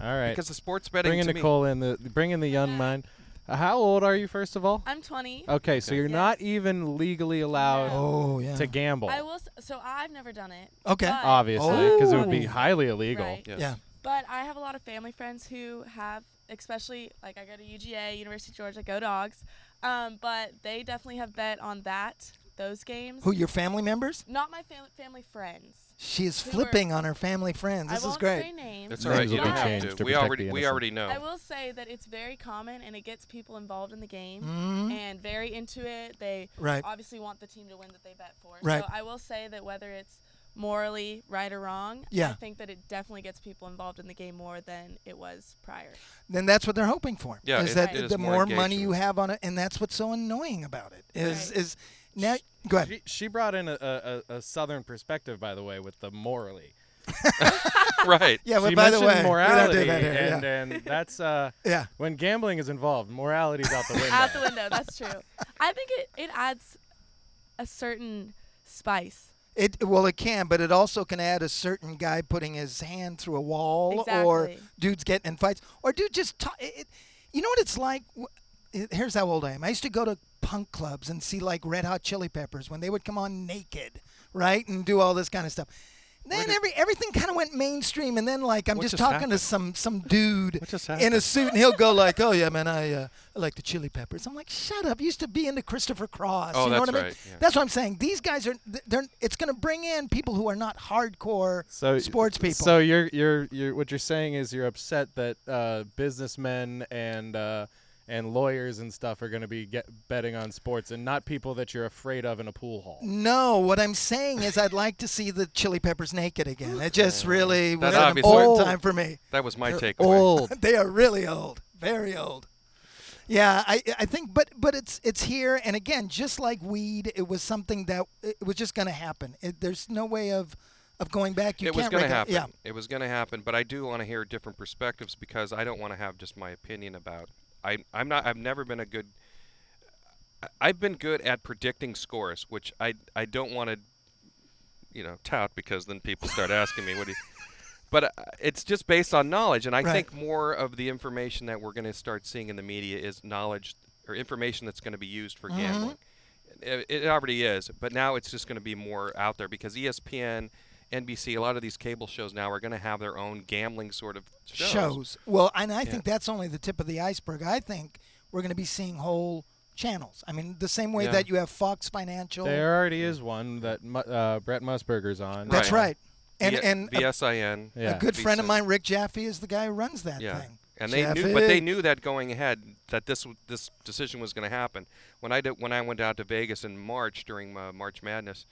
Speaker 4: All right.
Speaker 1: Because the sports betting
Speaker 4: bringing
Speaker 1: to
Speaker 4: Nicole in the bringing the young mind. Uh, how old are you, first of all?
Speaker 6: I'm 20.
Speaker 4: Okay, so you're
Speaker 6: Yes.
Speaker 4: not even legally allowed
Speaker 2: oh yeah.
Speaker 4: to gamble.
Speaker 6: I will. s- So I've never done it.
Speaker 2: Okay.
Speaker 6: but-
Speaker 4: obviously, because it would be
Speaker 2: Oh.
Speaker 4: highly illegal.
Speaker 6: Right.
Speaker 1: me.
Speaker 2: Yeah.
Speaker 6: But I have a lot of family friends who have, especially like I go to UGA, University of Georgia, go dogs. Um, but they definitely have bet on that, those games.
Speaker 2: Who your family members?
Speaker 6: Not my fam- family friends.
Speaker 2: She is
Speaker 6: Who are-
Speaker 2: flipping on her family friends.
Speaker 6: I
Speaker 2: This
Speaker 6: won't
Speaker 2: is great.
Speaker 6: say names.
Speaker 1: That's
Speaker 4: Names
Speaker 1: all right.
Speaker 4: will
Speaker 1: You
Speaker 6: be
Speaker 1: don't have
Speaker 6: changed
Speaker 1: to.
Speaker 4: to
Speaker 1: We
Speaker 4: protect
Speaker 1: already
Speaker 4: the
Speaker 1: we
Speaker 4: innocent.
Speaker 1: already
Speaker 2: Oh.
Speaker 1: know.
Speaker 6: I will say that it's very common and it gets people involved in the game
Speaker 2: Mm,
Speaker 6: and very into it. They
Speaker 2: right.
Speaker 6: obviously want the team to win that they bet for.
Speaker 2: Right.
Speaker 6: So I will say that whether it's morally right or wrong,
Speaker 2: Yeah.
Speaker 6: I think that it definitely gets people involved in the game more than it was prior.
Speaker 2: Then that's what they're hoping for.
Speaker 1: Yeah,
Speaker 2: Is
Speaker 1: it-
Speaker 2: that
Speaker 1: it is
Speaker 2: the
Speaker 1: more
Speaker 2: more, money
Speaker 1: engagement.
Speaker 2: you have on it, and that's what's so annoying about it is
Speaker 6: Right.
Speaker 2: is now. Go ahead.
Speaker 4: She, she brought in a, a, a- a southern perspective, by the way, with the morally.
Speaker 1: right.
Speaker 2: Yeah,
Speaker 4: she
Speaker 2: but by the
Speaker 4: mentioned
Speaker 2: way,
Speaker 4: morality,
Speaker 2: we don't do that here.
Speaker 4: and,
Speaker 2: yeah.
Speaker 4: and that's uh,
Speaker 2: yeah.
Speaker 4: when gambling is involved. Morality's out the window.
Speaker 6: Out the window, that's true. I think it, it adds a certain spice.
Speaker 2: It well, it can, but it also can add a certain guy putting his hand through a wall, or
Speaker 6: Exactly.
Speaker 2: dudes getting in fights, or dude just. ta it, it- you know what it's like. W- it- Here's how old I am. I used to go to punk clubs and see like Red Hot Chili Peppers when they would come on naked, right, and do all this kind of stuff. Then
Speaker 1: did-
Speaker 2: every everything kind of went mainstream, and then like I'm
Speaker 1: What
Speaker 2: just
Speaker 1: just
Speaker 2: talking to
Speaker 1: happened?
Speaker 2: some some dude
Speaker 1: What just
Speaker 2: in a
Speaker 1: happened?
Speaker 2: suit, and he'll go like, "Oh yeah, man, I, uh, I like the Chili Peppers." I'm like, "Shut up! You used to be into Christopher Cross."
Speaker 1: Oh,
Speaker 2: you know
Speaker 1: that's
Speaker 2: what I mean?
Speaker 1: right, yeah.
Speaker 2: That's what I'm saying. These guys are th- they're it's going to bring in people who are not hardcore
Speaker 4: so
Speaker 2: sports people.
Speaker 4: So you're, you're you're what you're saying is you're upset that uh, businessmen and uh, and lawyers and stuff are going to be get, betting on sports and not people that you're afraid of in a pool hall.
Speaker 2: no, what I'm saying is I'd like to see the Chili Peppers naked again. It just really was
Speaker 1: That's
Speaker 2: an
Speaker 1: obviously-
Speaker 2: important
Speaker 1: Old.
Speaker 2: time for me.
Speaker 1: That was my takeaway.
Speaker 2: they are really old, very old. Yeah, I I think, but but it's it's here, and again, just like weed, it was something that it was just going to happen. It, there's no way of of going back. You
Speaker 1: it was
Speaker 2: can't
Speaker 1: going to
Speaker 2: rego-
Speaker 1: happen.
Speaker 2: Yeah.
Speaker 1: It was going to happen, but I do want to hear different perspectives because I don't want to have just my opinion about. I I'm not. I've never been a good. I- I've been good at predicting scores, which I I don't want to, you know, tout because then people start asking me what do you. But uh, it's just based on knowledge, and I
Speaker 2: Right.
Speaker 1: think more of the information that we're going to start seeing in the media is knowledge or information that's going to be used
Speaker 2: Mm-hmm.
Speaker 1: for E gambling. It, it already is, but now it's just going to be more out there because ESPN NBC, a lot of these cable shows now are going to have their own gambling sort of shows.
Speaker 2: shows. Well, and I think that's only the tip of the iceberg. I think we're going to be seeing whole channels. I mean, the same way
Speaker 1: Yeah.
Speaker 2: that you have Fox Financial.
Speaker 4: There already is one that Mu- uh, Brett Musburger's on.
Speaker 2: That's
Speaker 1: Right.
Speaker 2: right. And
Speaker 1: V-
Speaker 2: and uh, a,
Speaker 1: VSIN.
Speaker 2: a
Speaker 4: Yeah.
Speaker 2: good friend of
Speaker 1: VSIN.
Speaker 2: mine, Rick Jaffe, is the guy who runs that
Speaker 1: Yeah.
Speaker 2: thing.
Speaker 1: And they
Speaker 2: Jaffe.
Speaker 1: knew, but they knew that going ahead that this w- this decision was going to happen. When I did, when I went out to Vegas in March during uh, March Madness,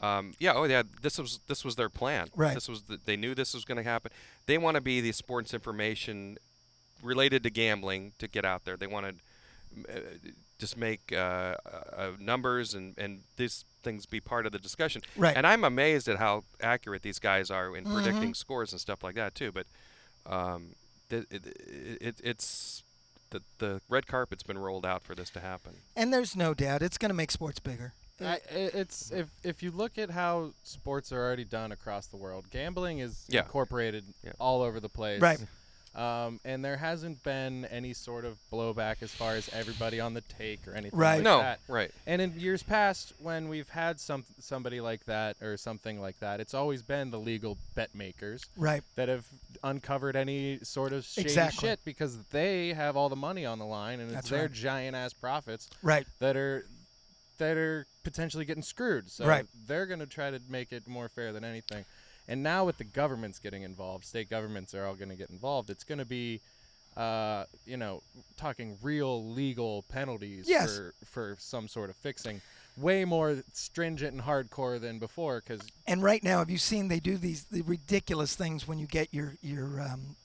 Speaker 1: um, yeah, oh yeah, this was this was their plan.
Speaker 2: Right.
Speaker 1: This was the, they knew this was going to happen. They want to be the sports information related to gambling to get out there. They want to uh, just make uh, uh, uh, numbers and and these things be part of the discussion.
Speaker 2: Right.
Speaker 1: And I'm amazed at how accurate these guys are in predicting scores and stuff like that too. But um, th- it, it, it, it's the the red carpet's been rolled out for this to happen.
Speaker 2: And there's no doubt it's going to make sports bigger.
Speaker 4: I, i- it's if if you look at how sports are already done across the world, gambling is
Speaker 1: Yeah.
Speaker 4: incorporated
Speaker 1: Yeah.
Speaker 4: all over the place.
Speaker 2: Right.
Speaker 4: Um, and there hasn't been any sort of blowback as far as everybody on the take or anything
Speaker 2: Right.
Speaker 4: like
Speaker 1: no,
Speaker 4: that.
Speaker 1: right?
Speaker 4: And in years past, when we've had some somebody like that or something like that, it's always been the legal bet makers
Speaker 2: Right.
Speaker 4: that have uncovered any sort of shady
Speaker 2: Exactly.
Speaker 4: shit because they have all the money on the line and it's
Speaker 2: That's
Speaker 4: their
Speaker 2: right.
Speaker 4: giant ass profits
Speaker 2: Right.
Speaker 4: that are that are potentially getting screwed. So
Speaker 2: Right.
Speaker 4: they're going to try to make it more fair than anything. And now with the governments getting involved, state governments are all going to get involved. It's going to be, uh, you know, talking real legal penalties
Speaker 2: Yes.
Speaker 4: for for some sort of fixing, way more stringent and hardcore than before. Because
Speaker 2: And right now, have you seen they do these the ridiculous things when you get your your um,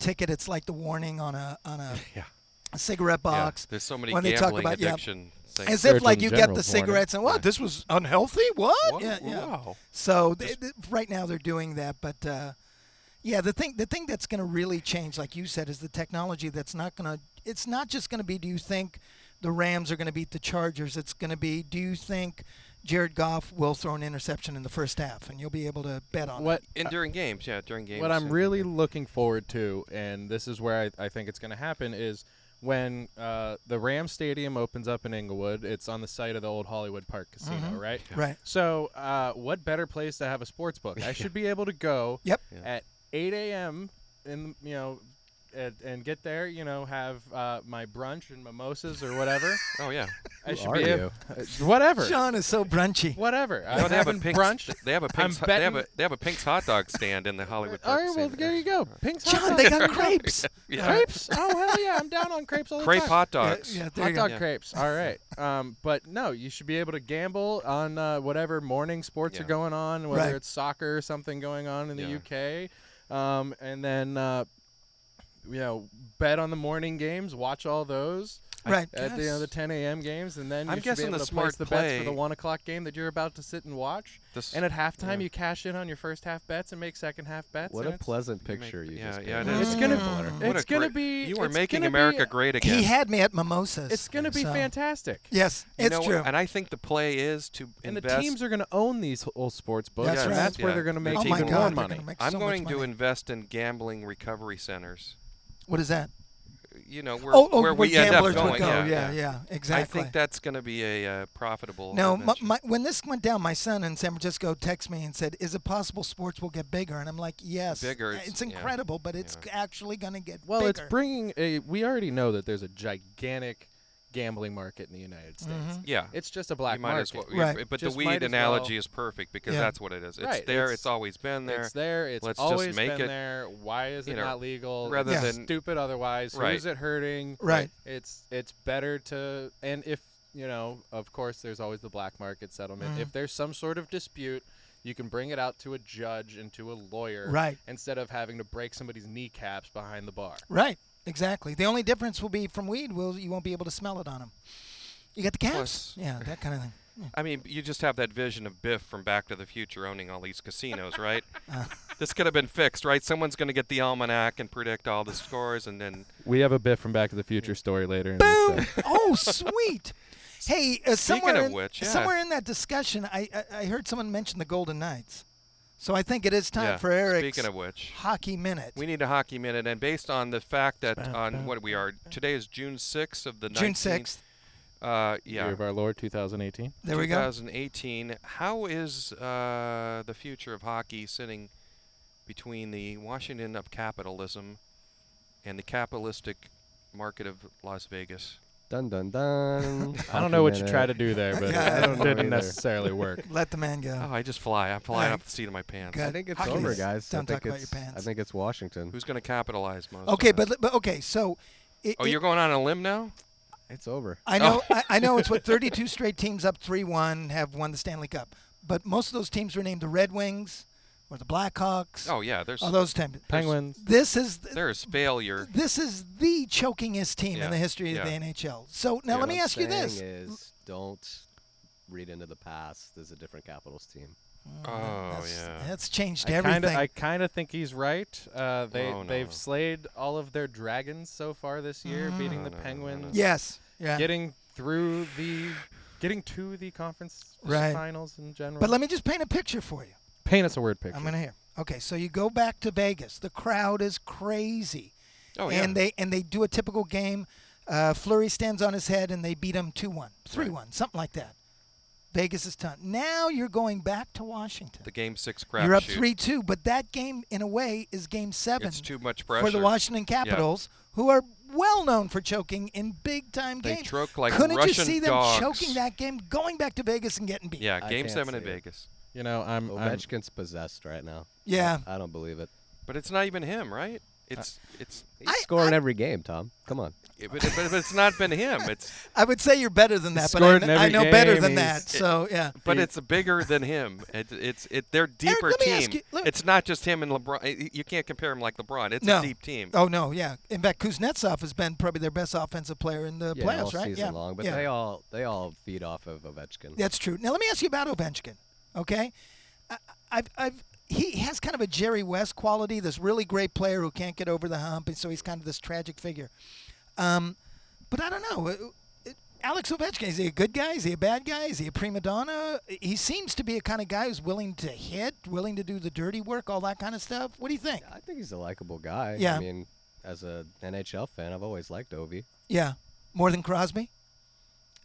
Speaker 2: ticket? It's like the warning on a on a,
Speaker 1: Yeah.
Speaker 2: a cigarette
Speaker 1: Yeah,
Speaker 2: box.
Speaker 1: There's so many
Speaker 2: when they
Speaker 1: gambling
Speaker 2: talk about- yeah.
Speaker 1: addiction things.
Speaker 2: As if like
Speaker 4: Surgeon
Speaker 2: you get the
Speaker 4: General's warning.
Speaker 2: cigarettes and what this was unhealthy. What?
Speaker 1: Wha-
Speaker 2: Yeah, yeah.
Speaker 1: Wow.
Speaker 2: So th- th- right now they're doing that, but uh, yeah, the thing the thing that's going to really change, like you said, is the technology. That's not going to. It's not just going to be. Do you think the Rams are going to beat the Chargers? It's going to be. Do you think Jared Goff will throw an interception in the first half, and you'll be able to bet on
Speaker 4: what
Speaker 1: And during games, yeah, during games.
Speaker 4: What I'm
Speaker 1: and-
Speaker 4: really looking forward to, and this is where I, I think it's going to happen, is when uh, the Ram Stadium opens up in Inglewood. It's on the site of the old Hollywood Park Casino,
Speaker 2: Mm-hmm.
Speaker 4: right?
Speaker 2: it. Right.
Speaker 4: So, uh, what better place to have a sports book? I should be able to go
Speaker 2: Yep.
Speaker 1: Yeah.
Speaker 4: at 8 a.m. and you know, and, and get there. You know, have uh, my brunch and mimosas or whatever.
Speaker 1: Oh yeah.
Speaker 4: I should
Speaker 5: are
Speaker 4: be
Speaker 5: you?
Speaker 4: ab- whatever,
Speaker 2: John is so brunchy.
Speaker 4: whatever.
Speaker 1: No,
Speaker 4: I'm
Speaker 1: they have a
Speaker 4: having
Speaker 1: Pink's,
Speaker 4: brunch.
Speaker 1: They have a Pink's. hot- they have a
Speaker 4: betting-
Speaker 1: they have a Pink's hot dog stand in the Hollywood.
Speaker 4: All
Speaker 1: Park
Speaker 4: right, well,
Speaker 1: Casino.
Speaker 4: there you go. Pink's hot
Speaker 2: John,
Speaker 4: dog.
Speaker 2: they got crepes.
Speaker 1: Yeah.
Speaker 4: Crepes? Oh hell yeah, I'm down on crepes all the
Speaker 1: Crepe
Speaker 4: time.
Speaker 1: hot
Speaker 2: Yeah,
Speaker 1: dogs.
Speaker 2: yeah, there
Speaker 4: Hot
Speaker 2: you go.
Speaker 4: dog
Speaker 1: Yeah.
Speaker 4: crepes. All right. Um, but no, you should be able to gamble on uh, whatever morning sports are
Speaker 1: Yeah.
Speaker 4: going on, whether
Speaker 2: Right.
Speaker 4: it's soccer or something going on in
Speaker 1: Yeah.
Speaker 4: the UK, um, and then uh, you know bet on the morning games, watch all those
Speaker 2: Right.
Speaker 4: at the, you know, the 10 a.m. games, and then
Speaker 1: I'm
Speaker 4: you should
Speaker 1: guessing
Speaker 4: be able
Speaker 1: the
Speaker 4: to place
Speaker 1: smart
Speaker 4: the bets for
Speaker 1: play-
Speaker 4: the one o'clock game that you're about to sit and watch.
Speaker 1: This-
Speaker 4: And at halftime,
Speaker 1: yeah.
Speaker 4: you cash in on your first half bets and make second half bets.
Speaker 5: What
Speaker 4: and
Speaker 5: a
Speaker 4: it's-
Speaker 5: pleasant
Speaker 1: you make-
Speaker 5: picture you
Speaker 1: yeah,
Speaker 5: just
Speaker 1: yeah, it
Speaker 5: painted.
Speaker 1: is.
Speaker 4: It's gonna
Speaker 2: Mm.
Speaker 1: What a
Speaker 4: It's gonna
Speaker 1: great-
Speaker 4: be-
Speaker 1: You are
Speaker 4: it's
Speaker 1: making
Speaker 4: gonna be-
Speaker 1: America great again.
Speaker 2: He had me at mimosas.
Speaker 4: It's going to be
Speaker 2: so-
Speaker 4: fantastic.
Speaker 2: Yes,
Speaker 1: You
Speaker 2: it's
Speaker 1: know what?
Speaker 2: true.
Speaker 1: And I think the play is to
Speaker 4: And
Speaker 1: invest.
Speaker 4: the teams are going to own these whole sports books,
Speaker 2: That's
Speaker 4: and
Speaker 2: right.
Speaker 4: that's where
Speaker 1: Yeah.
Speaker 4: they're going to make
Speaker 1: Oh
Speaker 4: even
Speaker 1: my God,
Speaker 4: more
Speaker 1: they're
Speaker 4: money.
Speaker 2: gonna make
Speaker 1: I'm
Speaker 2: so much
Speaker 1: going to
Speaker 2: money.
Speaker 1: invest in gambling recovery centers.
Speaker 2: What is that?
Speaker 1: You know where,
Speaker 2: Oh, oh, where,
Speaker 1: we end up
Speaker 2: gamblers
Speaker 1: going.
Speaker 2: would go.
Speaker 1: yeah,
Speaker 2: yeah, exactly.
Speaker 1: I think that's going to be a uh, profitable.
Speaker 2: No, my,
Speaker 1: venture.
Speaker 2: my, when this went down, my son in San Francisco texted me and said, "Is it possible sports will get bigger?" And I'm like, "Yes,
Speaker 1: Bigger,
Speaker 2: Uh,
Speaker 1: it's-
Speaker 2: It's,
Speaker 1: yeah,
Speaker 2: incredible, but it's
Speaker 1: yeah.
Speaker 2: actually going to get
Speaker 4: Well,
Speaker 2: bigger."
Speaker 4: it's bringing a. We already know that there's a gigantic gambling market in the United States.
Speaker 2: Mhm.
Speaker 1: yeah.
Speaker 4: It's just a
Speaker 1: you
Speaker 4: black
Speaker 1: might
Speaker 4: market.
Speaker 1: as well.
Speaker 2: Right.
Speaker 1: yeah, But
Speaker 4: Just
Speaker 1: the weed
Speaker 4: might as well-
Speaker 1: analogy is perfect because
Speaker 2: Yeah.
Speaker 1: that's what it is. It's
Speaker 4: Right,
Speaker 1: there. It's,
Speaker 4: it's-
Speaker 1: always been there.
Speaker 4: It's there. It's
Speaker 1: Let's just
Speaker 4: always
Speaker 1: make
Speaker 4: been
Speaker 1: it,
Speaker 4: there. Why is
Speaker 1: you
Speaker 4: it
Speaker 1: know,
Speaker 4: not legal?
Speaker 1: rather
Speaker 4: It's
Speaker 1: than-
Speaker 4: stupid otherwise.
Speaker 1: Right.
Speaker 4: Who's it hurting?
Speaker 2: Right.
Speaker 4: It's it's better to and if you know, of course, there's always the black market settlement.
Speaker 2: Mhm.
Speaker 4: If there's some sort of dispute, you can bring it out to a judge and to a lawyer.
Speaker 2: Right.
Speaker 4: Instead of having to break somebody's kneecaps behind the bar.
Speaker 2: right, exactly. The only difference will be from weed. Will you won't be able to smell it on them. You got the
Speaker 1: Plus-
Speaker 2: caps, yeah, that kind of thing.
Speaker 1: I mean, you just have that vision of Biff from Back to the Future owning all these casinos, right? this could have been fixed, right? Someone's going to get the almanac and predict all the scores, and then
Speaker 4: We have a bit from Back to the Future story later.
Speaker 2: Boom! oh, sweet. Hey, uh, somewhere
Speaker 1: of
Speaker 2: in,
Speaker 1: which, yeah.
Speaker 2: somewhere in that discussion, I, I I heard someone mention the Golden Knights, so I think it is time
Speaker 1: yeah.
Speaker 2: for Eric's
Speaker 1: Speaking of which,
Speaker 2: hockey minute.
Speaker 1: We need a hockey minute, and based on the fact that on what we are today is June sixth of the
Speaker 2: June
Speaker 1: 19th,
Speaker 2: sixth.
Speaker 1: Uh, yeah.
Speaker 4: Year of our Lord 2018.
Speaker 2: There we go.
Speaker 1: 2018. How is uh, the future of hockey sitting between the Washington of capitalism and the capitalistic market of Las Vegas?
Speaker 5: Dun dun
Speaker 4: I
Speaker 5: dun.
Speaker 4: don't
Speaker 5: Hockey
Speaker 4: know what you
Speaker 5: minute.
Speaker 4: try to do there, but
Speaker 2: Yeah, I
Speaker 4: it
Speaker 5: don't know
Speaker 4: didn't
Speaker 5: either.
Speaker 4: necessarily work.
Speaker 2: Let the man
Speaker 1: Oh,
Speaker 2: go.
Speaker 1: I just fly. I'm flying
Speaker 2: Uh, Right.
Speaker 1: off the seat of my pants.
Speaker 2: Good.
Speaker 5: I think it's
Speaker 2: Hockey
Speaker 5: over,
Speaker 2: minute.
Speaker 5: guys. I
Speaker 2: Don't
Speaker 5: think
Speaker 2: talk about
Speaker 5: it's-
Speaker 2: your pants.
Speaker 5: I think it's Washington.
Speaker 1: Who's going to capitalize most? of
Speaker 2: Okay,
Speaker 1: it?
Speaker 2: but, li- but okay, so it,
Speaker 1: oh,
Speaker 2: it-
Speaker 1: you're going on a limb now?
Speaker 5: It's over.
Speaker 2: I
Speaker 1: Oh.
Speaker 2: know I, I know it's what 32 straight teams up 3-1 have won the Stanley Cup, but most of those teams were named the Red Wings or the Blackhawks.
Speaker 1: Oh yeah, there's
Speaker 2: all those teams.
Speaker 4: Penguins.
Speaker 2: This is th-
Speaker 1: there's failure.
Speaker 2: this is the chokingest team
Speaker 1: Yeah,
Speaker 2: in the history
Speaker 1: yeah.
Speaker 2: of the NHL. So now
Speaker 1: Yeah.
Speaker 2: let me
Speaker 5: What I'm
Speaker 2: ask you this.
Speaker 5: saying Is don't read into the past. There's a different Capitals team.
Speaker 2: Mm,
Speaker 1: Oh,
Speaker 2: that's,
Speaker 1: yeah.
Speaker 2: that's changed
Speaker 4: I
Speaker 2: everything. Oh,
Speaker 4: kind of I kind of think he's right. Uh, they
Speaker 1: No, no,
Speaker 4: they've
Speaker 1: no.
Speaker 4: slayed all of their dragons so far this year,
Speaker 2: Mm.
Speaker 4: beating
Speaker 1: No,
Speaker 4: the
Speaker 1: no, no, no, no.
Speaker 4: Penguins,
Speaker 2: yes. Yeah.
Speaker 4: getting through the getting to the conference
Speaker 2: Right.
Speaker 4: finals in general.
Speaker 2: But let me just paint a picture for you.
Speaker 4: paint us a word picture.
Speaker 2: I'm going to hear. Okay, so you go back to Vegas. The crowd is crazy.
Speaker 1: Oh yeah.
Speaker 2: and they and they do a typical game. Uh, Flurry stands on his head and they beat him 2 1, 3 1, something like that. Vegas is done. Now you're going back to Washington.
Speaker 1: the game six crap.
Speaker 2: You're up 3 2, but that game, in a way, is game seven
Speaker 1: It's too much pressure.
Speaker 2: for the Washington Capitals, who are well known for choking in big time
Speaker 1: they
Speaker 2: games.
Speaker 1: choke like
Speaker 2: Couldn't
Speaker 1: Russian
Speaker 2: you see them
Speaker 1: dogs.
Speaker 2: choking that game, going back to Vegas and getting beat?
Speaker 1: Yeah,
Speaker 5: I
Speaker 1: game
Speaker 5: can't
Speaker 1: seven in
Speaker 5: see it.
Speaker 1: Vegas.
Speaker 4: you know,
Speaker 1: Mm,
Speaker 4: I'm, I'm
Speaker 5: Ovechkin's possessed right now.
Speaker 2: Yeah.
Speaker 5: I don't believe it.
Speaker 1: But it's not even him, right? It's
Speaker 2: Uh,
Speaker 1: it's
Speaker 5: He's
Speaker 2: I-
Speaker 5: scoring every game, Tom. Come on.
Speaker 1: it, but, but, but it's not been him. It's
Speaker 2: I would say you're better than
Speaker 4: He
Speaker 2: that, but I,
Speaker 4: scored
Speaker 2: kn-
Speaker 4: in
Speaker 2: I
Speaker 4: every
Speaker 2: know better
Speaker 4: game.
Speaker 2: than that.
Speaker 4: He's-
Speaker 2: So, yeah.
Speaker 1: but
Speaker 4: He-
Speaker 1: it's bigger than him. It, it's it they're deeper
Speaker 2: let me
Speaker 1: team.
Speaker 2: ask you- let-
Speaker 1: it's not just him and LeBron. Y- You can't compare him like LeBron. It's
Speaker 2: No.
Speaker 1: a deep team.
Speaker 2: Oh no, yeah. In fact, Kuznetsov has been probably their best offensive player in the
Speaker 5: yeah,
Speaker 2: playoffs,
Speaker 5: all
Speaker 2: right?
Speaker 5: season
Speaker 2: yeah,
Speaker 5: long. But
Speaker 2: yeah.
Speaker 5: they all they all feed off of Ovechkin.
Speaker 2: that's true. Now let me ask you about Ovechkin. Okay, I, I've, I've, he has kind of a Jerry West quality. This really great player who can't get over the hump, and so he's kind of this tragic figure. Um, but I don't know. It- it- Alex Ovechkin is he a good guy? Is he a bad guy? Is he a prima donna? He seems to be a kind of guy who's willing to hit, willing to do the dirty work, all that kind of stuff. What do you think?
Speaker 5: I think he's a likable guy.
Speaker 2: Yeah.
Speaker 5: I mean, as a NHL fan, I've always liked Ovi.
Speaker 2: Yeah, more than Crosby.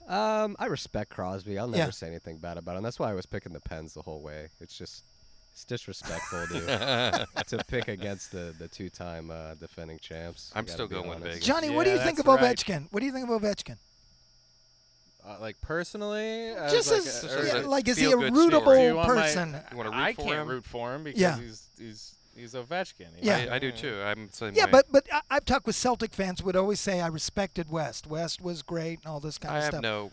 Speaker 5: Um, I respect Crosby. I'll never
Speaker 2: Yeah.
Speaker 5: say anything bad about him. That's why I was picking the Pens the whole way. It's just it's disrespectful to to pick against the the two time uh, defending champs. I
Speaker 1: I'm
Speaker 5: gotta
Speaker 1: still
Speaker 5: be
Speaker 1: going
Speaker 5: honest.
Speaker 1: Vegas.
Speaker 2: Johnny, what do
Speaker 4: Yeah,
Speaker 2: you think of
Speaker 4: that's right.
Speaker 2: Ovechkin? What do you think of Ovechkin?
Speaker 4: uh, like personally, as
Speaker 2: Just
Speaker 4: like
Speaker 2: as,
Speaker 4: a-
Speaker 1: Just
Speaker 4: or
Speaker 1: as
Speaker 2: yeah,
Speaker 1: a
Speaker 2: like, is he a
Speaker 1: feel-good story.
Speaker 4: Do you
Speaker 2: rootable
Speaker 4: want my-
Speaker 2: person?
Speaker 1: You want to root
Speaker 4: I
Speaker 1: for
Speaker 4: can't
Speaker 1: him?
Speaker 4: root for him because
Speaker 2: Yeah.
Speaker 4: he's he's he's Ovechkin. He's-
Speaker 2: Yeah.
Speaker 1: I, I do too. I'm the same
Speaker 2: yeah,
Speaker 1: way.
Speaker 2: but but I, I've talked with Celtic fans would always say I respected West. West was great and all this kind
Speaker 1: I
Speaker 2: of
Speaker 1: have
Speaker 2: stuff. Mm.
Speaker 1: no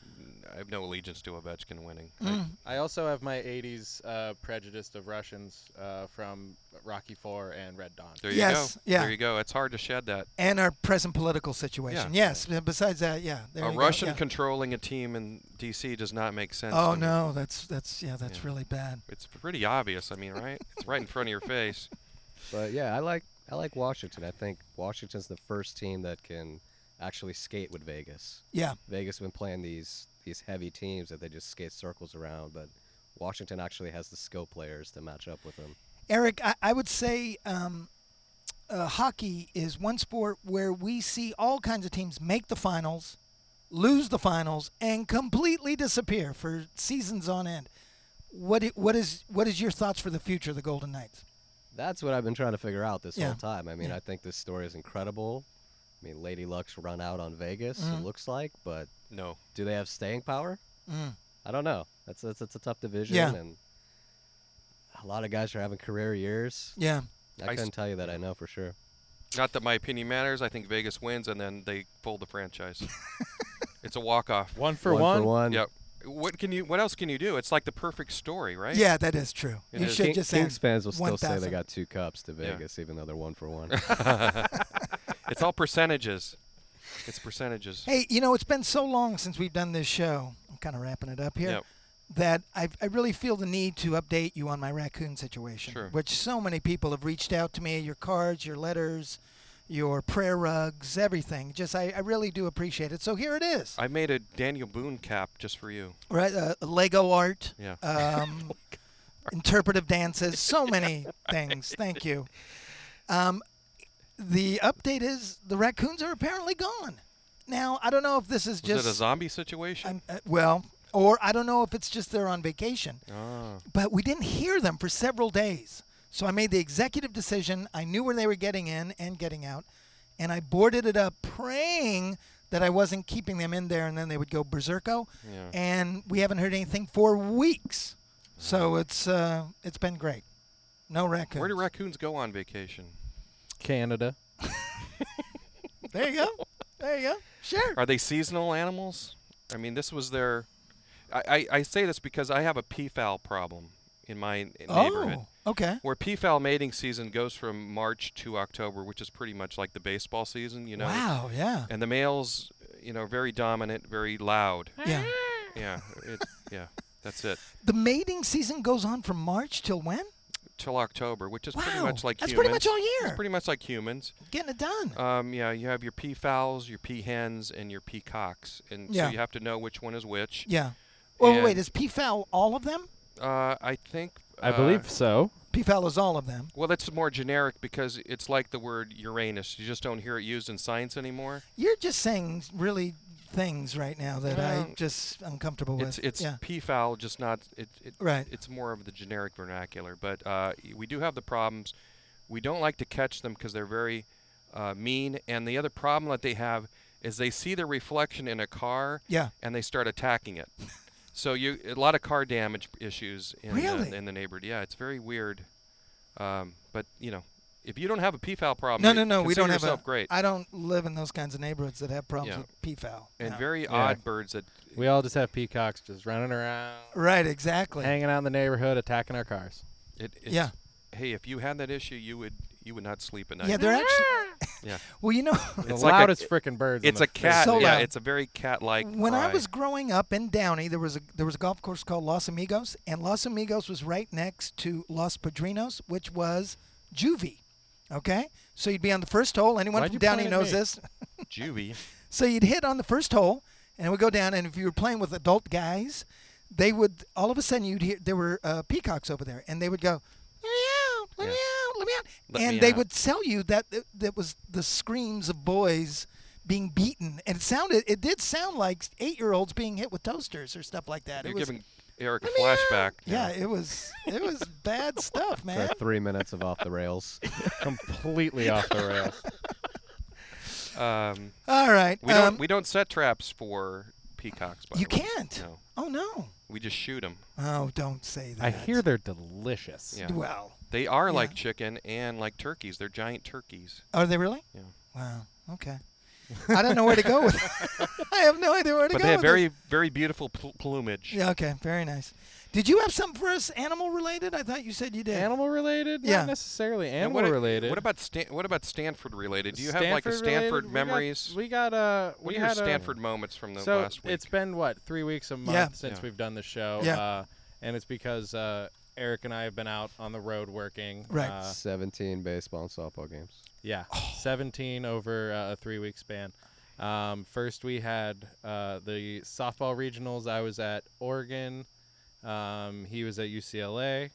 Speaker 1: I have no allegiance to Ovechkin winning. I-
Speaker 4: I also have my '80s uh, prejudice of Russians uh, from Rocky Four and Red Dawn.
Speaker 1: there you
Speaker 2: Yes,
Speaker 1: go.
Speaker 2: yeah.
Speaker 1: There you go. It's hard to shed that.
Speaker 2: and our present political situation.
Speaker 1: Yeah.
Speaker 2: Yes. Besides that, yeah. There
Speaker 1: a
Speaker 2: you go,
Speaker 1: Russian
Speaker 2: yeah.
Speaker 1: controlling a team in D.C. does not make sense.
Speaker 2: Oh
Speaker 1: to me.
Speaker 2: no, that's that's yeah, that's
Speaker 1: Yeah.
Speaker 2: really bad.
Speaker 1: It's pretty obvious. I mean, right? it's right in front of your face.
Speaker 5: But yeah, I like I like Washington. I think Washington's the first team that can actually skate with Vegas.
Speaker 2: Yeah.
Speaker 5: Vegas been playing these these heavy teams that they just skate circles around, but Washington actually has the skill players to match up with them.
Speaker 2: Eric, I, I would say um, uh, hockey is one sport where we see all kinds of teams make the finals, lose the finals, and completely disappear for seasons on end. What i- what is what is your thoughts for the future of the Golden Knights?
Speaker 5: That's what I've been trying to figure out this
Speaker 2: Yeah.
Speaker 5: whole time. I mean,
Speaker 2: Yeah.
Speaker 5: I think this story is incredible. I mean, Lady Luck's run out on Vegas,
Speaker 2: Mhm.
Speaker 5: it looks like, but
Speaker 1: No.
Speaker 5: do they have staying power?
Speaker 2: Mm.
Speaker 5: I don't know. That's that's, that's a tough division,
Speaker 2: Yeah.
Speaker 5: and a lot of guys are having career years.
Speaker 2: Yeah,
Speaker 5: I,
Speaker 1: I s-
Speaker 5: couldn't tell you that I know for sure.
Speaker 1: Not that my opinion matters. I think Vegas wins, and then they fold the franchise. it's a walk off.
Speaker 4: One for
Speaker 5: one,
Speaker 4: one.
Speaker 5: for one.
Speaker 1: Yep. What can you? What else can you do? It's like the perfect story, right?
Speaker 2: yeah, that is true.
Speaker 1: It
Speaker 2: you
Speaker 1: is.
Speaker 2: should
Speaker 5: King-
Speaker 2: just
Speaker 5: Kings
Speaker 2: end
Speaker 5: fans will still say
Speaker 2: 1,000.
Speaker 5: they got two cups to
Speaker 1: Yeah.
Speaker 5: Vegas, even though they're one for one.
Speaker 1: It's all percentages. It's percentages.
Speaker 2: Hey, you know it's been so long since we've done this show. I'm kind of wrapping it up here.
Speaker 1: Yep.
Speaker 2: That I, I really feel the need to update you on my raccoon situation,
Speaker 1: Sure.
Speaker 2: which so many people have reached out to me. Your cards, your letters, your prayer rugs, everything. Just I, I really do appreciate it. So here it is.
Speaker 1: I made a Daniel Boone cap just for you.
Speaker 2: right, uh, Lego art,
Speaker 1: Yeah.
Speaker 2: um, interpretive dances, so many things. Thank you. Um, the update is the raccoons are apparently gone. now I don't know if this is
Speaker 1: Was it a
Speaker 2: just
Speaker 1: zombie situation?
Speaker 2: I'm- uh, well, or I don't know if it's just they're on vacation.
Speaker 1: Ah.
Speaker 2: But we didn't hear them for several days. So I made the executive decision. I knew where they were getting in and getting out, and I boarded it up, praying that I wasn't keeping them in there, and then they would go berserko.
Speaker 1: Yeah.
Speaker 2: And we haven't heard anything for weeks.
Speaker 1: Hmm.
Speaker 2: So it's uh, it's been great. No raccoons.
Speaker 1: Where do raccoons go on vacation?
Speaker 4: Canada.
Speaker 2: There you go. There you go. Sure.
Speaker 1: Are they seasonal animals? I mean, this was their. I, I, I say this because I have a peafowl problem in my n- neighborhood.
Speaker 2: Oh, okay.
Speaker 1: Where peafowl mating season goes from March to October, which is pretty much like the baseball season, you know.
Speaker 2: Wow. Yeah.
Speaker 1: And the males, you know, very dominant, very loud.
Speaker 2: Yeah.
Speaker 1: Yeah, it, yeah, that's it.
Speaker 2: The mating season goes on from March till when?
Speaker 1: Till October, which is
Speaker 2: Wow.
Speaker 1: pretty much like
Speaker 2: That's
Speaker 1: humans.
Speaker 2: pretty much all year.
Speaker 1: It's pretty much like humans.
Speaker 2: Getting it done.
Speaker 1: Um, yeah, you have your peafowls, your peahens, and your peacocks, and
Speaker 2: Yeah.
Speaker 1: so you have to know which one is which.
Speaker 2: yeah. Well, wait,
Speaker 1: and-
Speaker 2: is PFAL all of them?
Speaker 1: Uh, I think.
Speaker 4: I
Speaker 1: uh,
Speaker 4: believe so.
Speaker 2: PFAL is all of them.
Speaker 1: Well, that's more generic because it's like the word Uranus. You just don't hear it used in science anymore.
Speaker 2: You're just saying really things right now that I
Speaker 1: Well,
Speaker 2: just uncomfortable
Speaker 1: Um, It's
Speaker 2: with.
Speaker 1: it's
Speaker 2: yeah.
Speaker 1: peafowl, just not it, it.
Speaker 2: Right.
Speaker 1: It's more of the generic vernacular, but uh, y- we do have the problems. We don't like to catch them because they're very uh, mean, and the other problem that they have is they see their reflection in a car
Speaker 2: Yeah.
Speaker 1: and they start attacking it. so you a lot of car damage issues in
Speaker 2: Really?
Speaker 1: the, in the neighborhood. Yeah, it's very weird. Um, but you know, if you don't have a peafowl problem,
Speaker 2: No,
Speaker 1: you
Speaker 2: no, no. We
Speaker 1: consider
Speaker 2: don't have
Speaker 1: yourself
Speaker 2: a,
Speaker 1: great
Speaker 2: I don't live in those kinds of neighborhoods that have problems
Speaker 1: Yeah.
Speaker 2: with PFAL.
Speaker 1: and
Speaker 2: no.
Speaker 1: very
Speaker 4: Yeah.
Speaker 1: odd birds that
Speaker 4: We all just have peacocks just running around,
Speaker 2: right, exactly.
Speaker 4: hanging out in the neighborhood, attacking our cars.
Speaker 1: it, it's,
Speaker 2: Yeah.
Speaker 1: Hey, if you had that issue, you would you would not sleep at night.
Speaker 2: Yeah, they're actually.
Speaker 1: Yeah.
Speaker 2: Well, you know,
Speaker 4: The
Speaker 1: It's like a-
Speaker 4: loudest frickin' birds. on
Speaker 1: It's
Speaker 4: the
Speaker 1: a cat.
Speaker 2: So
Speaker 1: yeah,
Speaker 2: loud.
Speaker 1: it's a very cat-like.
Speaker 2: when I
Speaker 1: cry.
Speaker 2: was growing up in Downey, there was a there was a golf course called Los Amigos, and Los Amigos was right next to Los Padrinos, which was juvie. Okay, so you'd be on the first hole. Anyone
Speaker 4: Why'd
Speaker 2: from
Speaker 4: you
Speaker 2: Downey
Speaker 4: point at
Speaker 2: knows
Speaker 4: me?
Speaker 2: this.
Speaker 1: juvie,
Speaker 2: So you'd hit on the first hole, and it would go down. And if you were playing with adult guys, they would all of a sudden you'd hear there were uh, peacocks over there, and they would go, "Let me out! Let me
Speaker 1: Yeah.
Speaker 2: out! Let me out!"
Speaker 1: Let
Speaker 2: and
Speaker 1: me
Speaker 2: they
Speaker 1: out.
Speaker 2: would tell you that th- that was the screams of boys being beaten, and it sounded it did sound like eight-year-olds being hit with toasters or stuff like that.
Speaker 1: you're
Speaker 2: it was,
Speaker 1: giving Eric a
Speaker 2: "Let me out!"
Speaker 1: flashback.
Speaker 2: Yeah, it was it was bad stuff,
Speaker 5: For
Speaker 2: man.
Speaker 5: three minutes of off the rails.
Speaker 4: completely off the rails.
Speaker 1: Um,
Speaker 2: All right,
Speaker 1: we
Speaker 2: um,
Speaker 1: don't we don't set traps for peacocks. By
Speaker 2: you
Speaker 1: the way.
Speaker 2: can't.
Speaker 1: No,
Speaker 2: Oh no!
Speaker 1: we just shoot them.
Speaker 2: Oh, don't say that.
Speaker 4: I hear they're delicious.
Speaker 1: Yeah.
Speaker 2: Well,
Speaker 1: They are
Speaker 2: Yeah.
Speaker 1: like chicken and like turkeys. They're giant turkeys.
Speaker 2: Are they really?
Speaker 1: Yeah.
Speaker 2: Wow. Okay. I don't know where to go with. I have no idea where to
Speaker 1: But
Speaker 2: go.
Speaker 1: they have
Speaker 2: with this.
Speaker 1: very very beautiful pl- plumage.
Speaker 2: Yeah. Okay. Very nice. Did you have something for us, animal related? I thought you said you did.
Speaker 4: Animal related?
Speaker 2: Yeah.
Speaker 4: Not necessarily
Speaker 1: And
Speaker 4: animal
Speaker 1: what, a-
Speaker 4: related.
Speaker 1: What about Stan- what about Stanford related? Do you have like a Stanford
Speaker 4: related?
Speaker 1: memories?
Speaker 4: We got, we got uh,
Speaker 1: what
Speaker 4: we
Speaker 1: are your
Speaker 4: had a-
Speaker 1: Stanford moments from the
Speaker 4: so
Speaker 1: last week?
Speaker 4: it's been what three weeks a month since
Speaker 1: Yeah.
Speaker 4: we've done the show.
Speaker 2: Yeah.
Speaker 4: Uh, and it's because uh, Eric and I have been out on the road working.
Speaker 2: Right. Oh.
Speaker 4: Uh,
Speaker 5: 17 baseball and softball games.
Speaker 4: yeah. Seventeen over uh, a three-week span. Um, first, we had uh, the softball regionals. I was at Oregon. Um, he was at UCLA.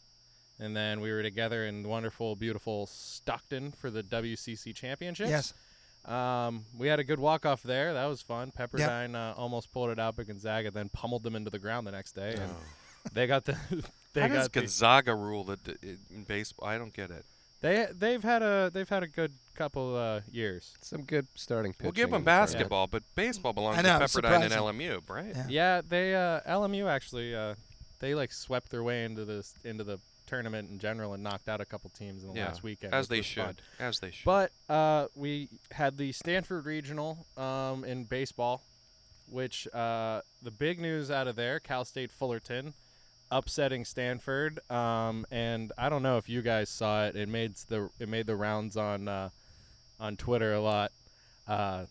Speaker 4: And then we were together in wonderful, beautiful Stockton for the WCC championships.
Speaker 2: Yes.
Speaker 4: Um, we had a good walk off there. That was fun. Pepperdine uh, almost pulled it out, but Gonzaga then pummeled them into the ground the next day, and they got the they
Speaker 1: How does
Speaker 4: got the-
Speaker 1: Gonzaga rule that d- in baseball? I don't get it.
Speaker 4: they they've had a they've had a good couple uh, years.
Speaker 5: Some good starting pitching.
Speaker 1: We'll give them
Speaker 5: in the tournament.
Speaker 1: basketball, but baseball belongs
Speaker 2: I know,
Speaker 1: to
Speaker 2: it's
Speaker 1: Pepperdine and
Speaker 2: surprising.
Speaker 1: LMU, right?
Speaker 2: Yeah.
Speaker 4: Yeah, they uh, LMU actually uh, they like swept their way into this into the tournament in general and knocked out a couple teams in the
Speaker 1: Yeah,
Speaker 4: last weekend,
Speaker 1: As
Speaker 4: which
Speaker 1: they
Speaker 4: was
Speaker 1: should.
Speaker 4: fun.
Speaker 1: As they should.
Speaker 4: But uh, we had the Stanford Regional um, in baseball, which uh, the big news out of there, Cal State Fullerton upsetting Stanford. Um, and I don't know if you guys saw it. It made the it made the rounds on uh, on Twitter a lot. Uh,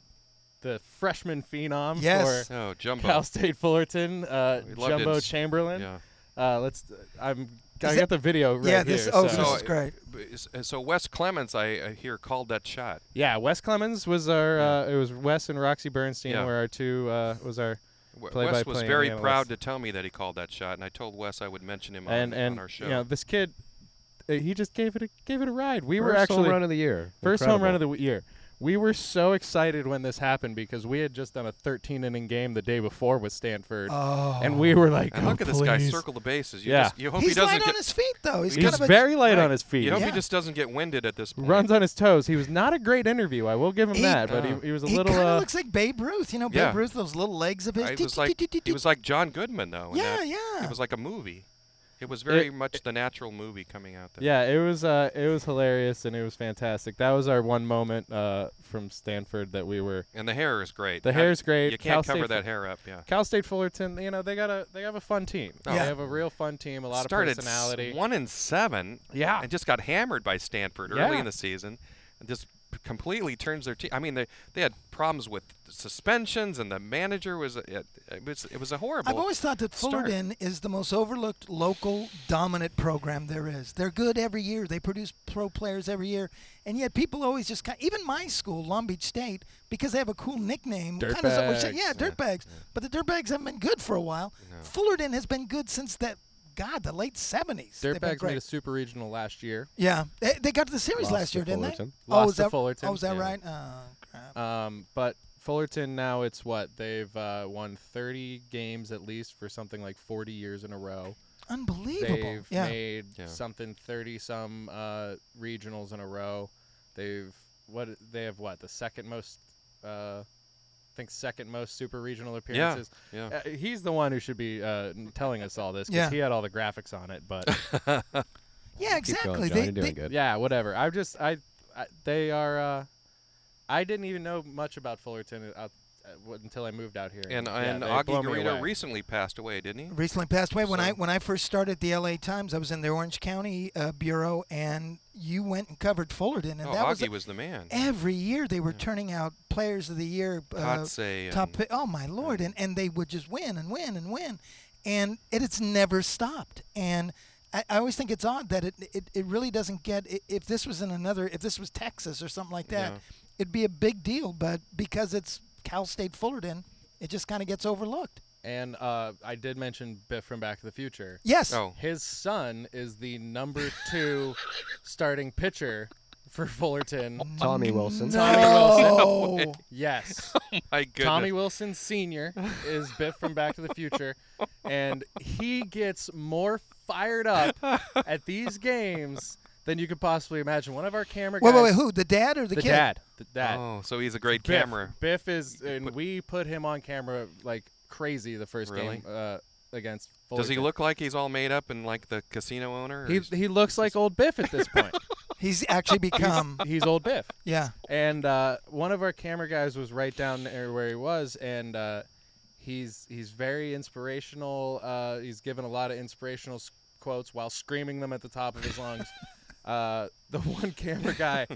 Speaker 4: the freshman phenom
Speaker 2: Yes.
Speaker 4: for
Speaker 1: oh, Jumbo.
Speaker 4: Cal State Fullerton, uh,
Speaker 1: We loved
Speaker 4: Jumbo
Speaker 1: it.
Speaker 4: Chamberlain.
Speaker 1: yeah.
Speaker 4: Uh, let's. I'm. I
Speaker 2: Is
Speaker 4: got the video right
Speaker 2: yeah. This.
Speaker 4: here.
Speaker 2: oh,
Speaker 4: so-
Speaker 2: this
Speaker 1: So
Speaker 2: is
Speaker 1: it-
Speaker 2: great.
Speaker 1: B- s- uh, So Wes Clements, I, I hear, called that shot.
Speaker 4: Yeah, Wes Clemens was our.
Speaker 1: Yeah.
Speaker 4: Uh, it was Wes and Roxy Bernstein
Speaker 1: Yeah.
Speaker 4: were our two. Uh, was our
Speaker 1: W-
Speaker 4: Play
Speaker 1: Wes
Speaker 4: by
Speaker 1: was
Speaker 4: play
Speaker 1: very
Speaker 4: analyst.
Speaker 1: proud to tell me that he called that shot, and I told Wes I would mention him on,
Speaker 4: and and
Speaker 1: on our show.
Speaker 4: you know this kid, uh, he just gave it a, gave it a ride. We were
Speaker 5: First
Speaker 4: actually
Speaker 5: home run of the year.
Speaker 4: first home run of the w- year. We were so excited when this happened because we had just done a 13 inning game the day before with Stanford,
Speaker 2: Oh.
Speaker 4: and we were like,
Speaker 1: And
Speaker 4: oh,
Speaker 1: look at this guy
Speaker 4: please.
Speaker 1: circle the bases. You,
Speaker 4: Yeah.
Speaker 1: just, you hope
Speaker 2: he's
Speaker 1: he doesn't
Speaker 2: light
Speaker 1: get.
Speaker 2: on his feet though. He's,
Speaker 4: He's
Speaker 2: kind of a,
Speaker 4: very light on
Speaker 1: Right.
Speaker 4: his feet.
Speaker 1: You hope
Speaker 2: Yeah.
Speaker 1: he just doesn't get winded at this point.
Speaker 4: Runs on his toes. He was not a great interview. I will give him
Speaker 2: He-
Speaker 4: that, but
Speaker 1: Oh.
Speaker 4: he, he was a
Speaker 2: he
Speaker 4: little.
Speaker 2: kind of
Speaker 4: Uh,
Speaker 2: looks like Babe Ruth. You know,
Speaker 1: Yeah.
Speaker 2: Babe Ruth, those little legs of his.
Speaker 1: I was like, he was like John Goodman though. in
Speaker 2: yeah,
Speaker 1: that.
Speaker 2: yeah.
Speaker 1: It was like a movie. It was very much the natural movie coming out there.
Speaker 4: yeah, it was. Uh, it was hilarious and it was fantastic. That was our one moment uh, from Stanford that we were.
Speaker 1: And the hair is great.
Speaker 4: The
Speaker 1: How-
Speaker 4: hair's great.
Speaker 1: You
Speaker 4: Cal
Speaker 1: can't
Speaker 4: State
Speaker 1: cover
Speaker 4: Fu-
Speaker 1: that hair up. Yeah.
Speaker 4: Cal State Fullerton, you know, they got a they have a fun team.
Speaker 2: Oh. Yeah.
Speaker 4: They have a real fun team, a lot
Speaker 1: Started
Speaker 4: of
Speaker 1: s-
Speaker 4: personality.
Speaker 1: one and seven.
Speaker 4: Yeah.
Speaker 1: And just got hammered by Stanford early
Speaker 4: Yeah.
Speaker 1: in the season. And just p- completely turns their team. I mean, they they had problems with suspensions, and the manager was uh, it, it was it was a horrible.
Speaker 2: I've always thought that
Speaker 1: start.
Speaker 2: Fullerton is the most overlooked local dominant program there is. They're good every year. They produce pro players every year, and yet people always just kind even my school, Long Beach State, because they have a cool nickname.
Speaker 4: Dirt
Speaker 2: kinda always say,
Speaker 4: bags.
Speaker 2: yeah, dirtbags. But the dirtbags haven't been good for a while. Fullerton has been good since that God, the late seventies.
Speaker 4: Dirtbags made a super regional last year.
Speaker 2: Yeah, they, they got to the series
Speaker 5: Lost
Speaker 2: last
Speaker 5: to
Speaker 2: year, didn't
Speaker 5: Fullerton.
Speaker 2: they? oh,
Speaker 4: Lost
Speaker 2: is
Speaker 4: to
Speaker 2: that,
Speaker 4: Fullerton,
Speaker 2: Oh, is that
Speaker 4: yeah.
Speaker 2: right? Oh, crap.
Speaker 4: Um, but Fullerton now it's what they've uh, won 30 games at least for something like 40 years in a row.
Speaker 2: Unbelievable.
Speaker 4: They've
Speaker 2: Yeah.
Speaker 4: made
Speaker 1: Yeah.
Speaker 4: something 30 some uh, regionals in a row. They've what they have what the second most uh, I think second most super regional appearances.
Speaker 1: yeah.
Speaker 4: Uh, he's the one who should be uh, n- telling us all this because
Speaker 2: Yeah.
Speaker 4: he had all the graphics on it. But
Speaker 2: yeah,
Speaker 5: Keep going,
Speaker 2: exactly.
Speaker 5: John,
Speaker 2: They-
Speaker 5: You're doing
Speaker 2: they-
Speaker 5: good.
Speaker 4: yeah, whatever. I've just I, I they are. Uh, I didn't even know much about Fullerton out, uh, w- until I moved out here.
Speaker 1: and
Speaker 4: yeah,
Speaker 1: and
Speaker 4: they
Speaker 1: Augie
Speaker 4: blow me
Speaker 1: Garrido
Speaker 4: away.
Speaker 1: recently passed away, didn't he?
Speaker 2: recently passed away. When I
Speaker 1: So-
Speaker 2: when I first started the L.A. Times, I was in the Orange County uh, bureau, and you went and covered Fullerton, and
Speaker 1: oh,
Speaker 2: that
Speaker 1: Augie
Speaker 2: was
Speaker 1: was, the man.
Speaker 2: every year they were turning out players of the year, uh,
Speaker 1: Kotze
Speaker 2: top.
Speaker 1: and-
Speaker 2: Pi- oh my lord! And and they would just win and win and win, and it, it's never stopped. And I, I always think it's odd that it it, it really doesn't get. i- If this was in another, if this was Texas or something like that,
Speaker 1: Yeah.
Speaker 2: it'd be a big deal. But because it's Cal State Fullerton, it just kind of gets overlooked.
Speaker 4: And uh, I did mention Biff from Back to the Future.
Speaker 2: Yes.
Speaker 1: Oh,
Speaker 4: His son is the number two starting pitcher for Fullerton.
Speaker 2: Um,
Speaker 5: Tommy Wilson.
Speaker 4: Tommy
Speaker 2: Oh.
Speaker 4: Wilson.
Speaker 2: No.
Speaker 4: Yes.
Speaker 1: Oh. my goodness.
Speaker 4: Tommy Wilson Sr. is Biff from Back to the Future, and he gets more fired up at these games than you could possibly imagine. One of our camera guys,
Speaker 2: Wait, wait, wait. Who? The dad or the,
Speaker 4: the
Speaker 2: kid?
Speaker 4: dad, the dad,
Speaker 1: Oh, so he's a great
Speaker 4: Biff.
Speaker 1: camera.
Speaker 4: Biff is, and
Speaker 1: put-
Speaker 4: we put him on camera like crazy the first
Speaker 1: Really?
Speaker 4: game uh, against.
Speaker 1: Does he
Speaker 4: Fullerton.
Speaker 1: look like he's all made up and like the casino owner? or
Speaker 4: He
Speaker 1: is-
Speaker 4: he looks like old Biff at this point.
Speaker 2: He's actually become.
Speaker 4: He's old Biff.
Speaker 2: yeah.
Speaker 4: And uh, one of our camera guys was right down there where he was, and uh, he's he's very inspirational. Uh, he's given a lot of inspirational s- quotes while screaming them at the top of his lungs. uh, the one camera guy,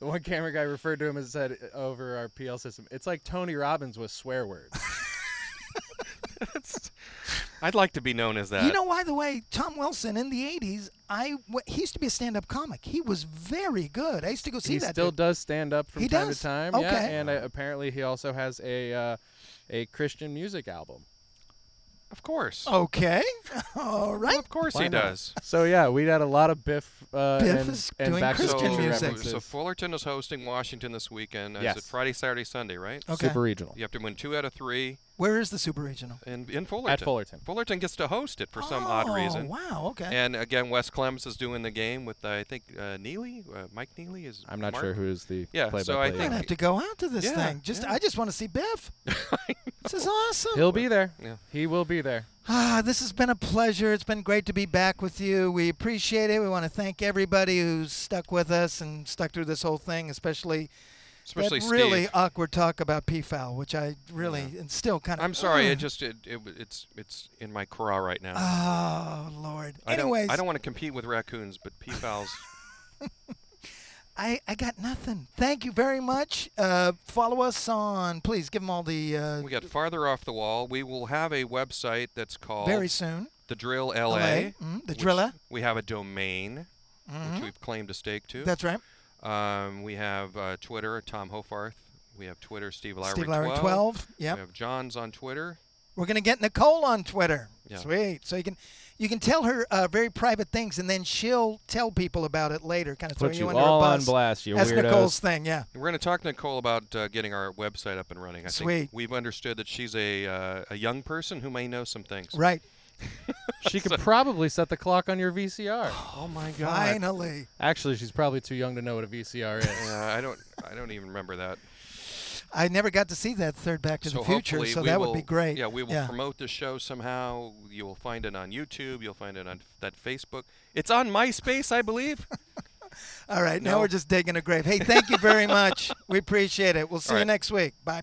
Speaker 4: the one camera guy referred to him as said uh, over our PL system, it's like Tony Robbins with swear words.
Speaker 1: I'd like to be known as that.
Speaker 2: You know, by the way, Tom Wilson in the '80s, I w- he used to be a stand-up comic. He was very good. I used to go see
Speaker 4: he
Speaker 2: that.
Speaker 4: still
Speaker 2: dude.
Speaker 4: does stand up from
Speaker 2: He
Speaker 4: time
Speaker 2: does?
Speaker 4: to time. Yeah,
Speaker 2: Okay.
Speaker 4: and uh, apparently he also has a uh, a Christian music album.
Speaker 1: of
Speaker 2: Oh,
Speaker 1: course.
Speaker 2: Okay. All right.
Speaker 1: of course
Speaker 4: Why
Speaker 1: he
Speaker 4: not?
Speaker 1: does.
Speaker 4: So yeah, we had a lot of Biff, uh,
Speaker 2: Biff
Speaker 4: and,
Speaker 2: is
Speaker 4: and
Speaker 2: doing
Speaker 4: back to the
Speaker 2: Christian
Speaker 4: Future
Speaker 2: music.
Speaker 4: references.
Speaker 1: So Fullerton is hosting Washington this weekend. Is
Speaker 4: Yes.
Speaker 1: it Friday, Saturday, Sunday, right?
Speaker 2: Okay.
Speaker 4: Super regional
Speaker 1: You have to win two out of three
Speaker 2: Where is the super regional?
Speaker 1: in, in Fullerton.
Speaker 4: at Fullerton.
Speaker 1: Fullerton gets to host it for some odd
Speaker 2: Oh,
Speaker 1: reason.
Speaker 2: Wow. Okay.
Speaker 1: And again, Wes Clemens is doing the game with uh, I think uh, Neely, uh, Mike Neely is.
Speaker 4: I'm not
Speaker 1: Mark?
Speaker 4: sure who's the
Speaker 1: Yeah,
Speaker 4: play-by-play.
Speaker 1: so I
Speaker 2: I'm gonna
Speaker 1: think-
Speaker 2: have to go out to this
Speaker 1: Yeah,
Speaker 2: thing. Just,
Speaker 1: yeah.
Speaker 2: I just want to see Biff. this is awesome.
Speaker 4: he'll be there.
Speaker 1: Yeah.
Speaker 4: He will be there.
Speaker 2: Ah, this has been a pleasure. It's been great to be back with you. We appreciate it. We want to thank everybody who's stuck with us and stuck through this whole thing, especially
Speaker 1: Especially
Speaker 2: that really
Speaker 1: Steve.
Speaker 2: awkward talk about PFAL, which I really and still kind of.
Speaker 1: I'm sorry. It just it, it w- it's it's in my craw right now.
Speaker 2: Oh Lord.
Speaker 1: I don't-
Speaker 2: Anyways,
Speaker 1: I don't, want to compete with raccoons, but peafowls.
Speaker 2: I, I got nothing. Thank you very much. Uh, follow us on. Please give them all the. Uh,
Speaker 1: we got farther off the wall. We will have a website that's called
Speaker 2: very soon.
Speaker 1: The Drill LA.
Speaker 2: Mm, the
Speaker 1: which
Speaker 2: Drilla.
Speaker 1: We have a domain,
Speaker 2: Mm-hmm.
Speaker 1: which we've claimed a stake to.
Speaker 2: That's right.
Speaker 1: Um, we have uh, Twitter, Tom Hofarth. We have Twitter, Steve Lowry.
Speaker 2: Steve Lowry 12. Yep.
Speaker 1: We have John's on Twitter.
Speaker 2: We're gonna get Nicole on Twitter.
Speaker 1: Yeah.
Speaker 2: Sweet. So you can you can tell her uh, very private things, and then she'll tell people about it later. Kind of throw
Speaker 4: Put
Speaker 2: you,
Speaker 4: you
Speaker 2: under
Speaker 4: all
Speaker 2: a
Speaker 4: on
Speaker 2: bus.
Speaker 4: blast, you
Speaker 2: That's
Speaker 4: weirdos.
Speaker 2: Nicole's thing. Yeah.
Speaker 1: We're going to talk to Nicole about uh, getting our website up and running. I
Speaker 2: Sweet.
Speaker 1: think we've understood that she's a uh, a young person who may know some things.
Speaker 2: Right.
Speaker 4: She could probably set the clock on your VCR.
Speaker 1: Oh my
Speaker 2: Finally.
Speaker 4: Actually, she's probably too young to know what a VCR is.
Speaker 1: Yeah, I don't I don't even remember that.
Speaker 2: I never got to see that third Back to
Speaker 1: so
Speaker 2: the Future,
Speaker 1: hopefully
Speaker 2: so
Speaker 1: we
Speaker 2: that
Speaker 1: will,
Speaker 2: would be great.
Speaker 1: Yeah, we will
Speaker 2: Yeah.
Speaker 1: promote the show somehow. You will find it on YouTube. You'll find it on f- that Facebook. It's on MySpace, I believe.
Speaker 2: All right,
Speaker 1: No.
Speaker 2: now we're just digging a grave. Hey, thank you very much. we appreciate it. We'll see
Speaker 1: All
Speaker 2: you
Speaker 1: right.
Speaker 2: next week. Bye.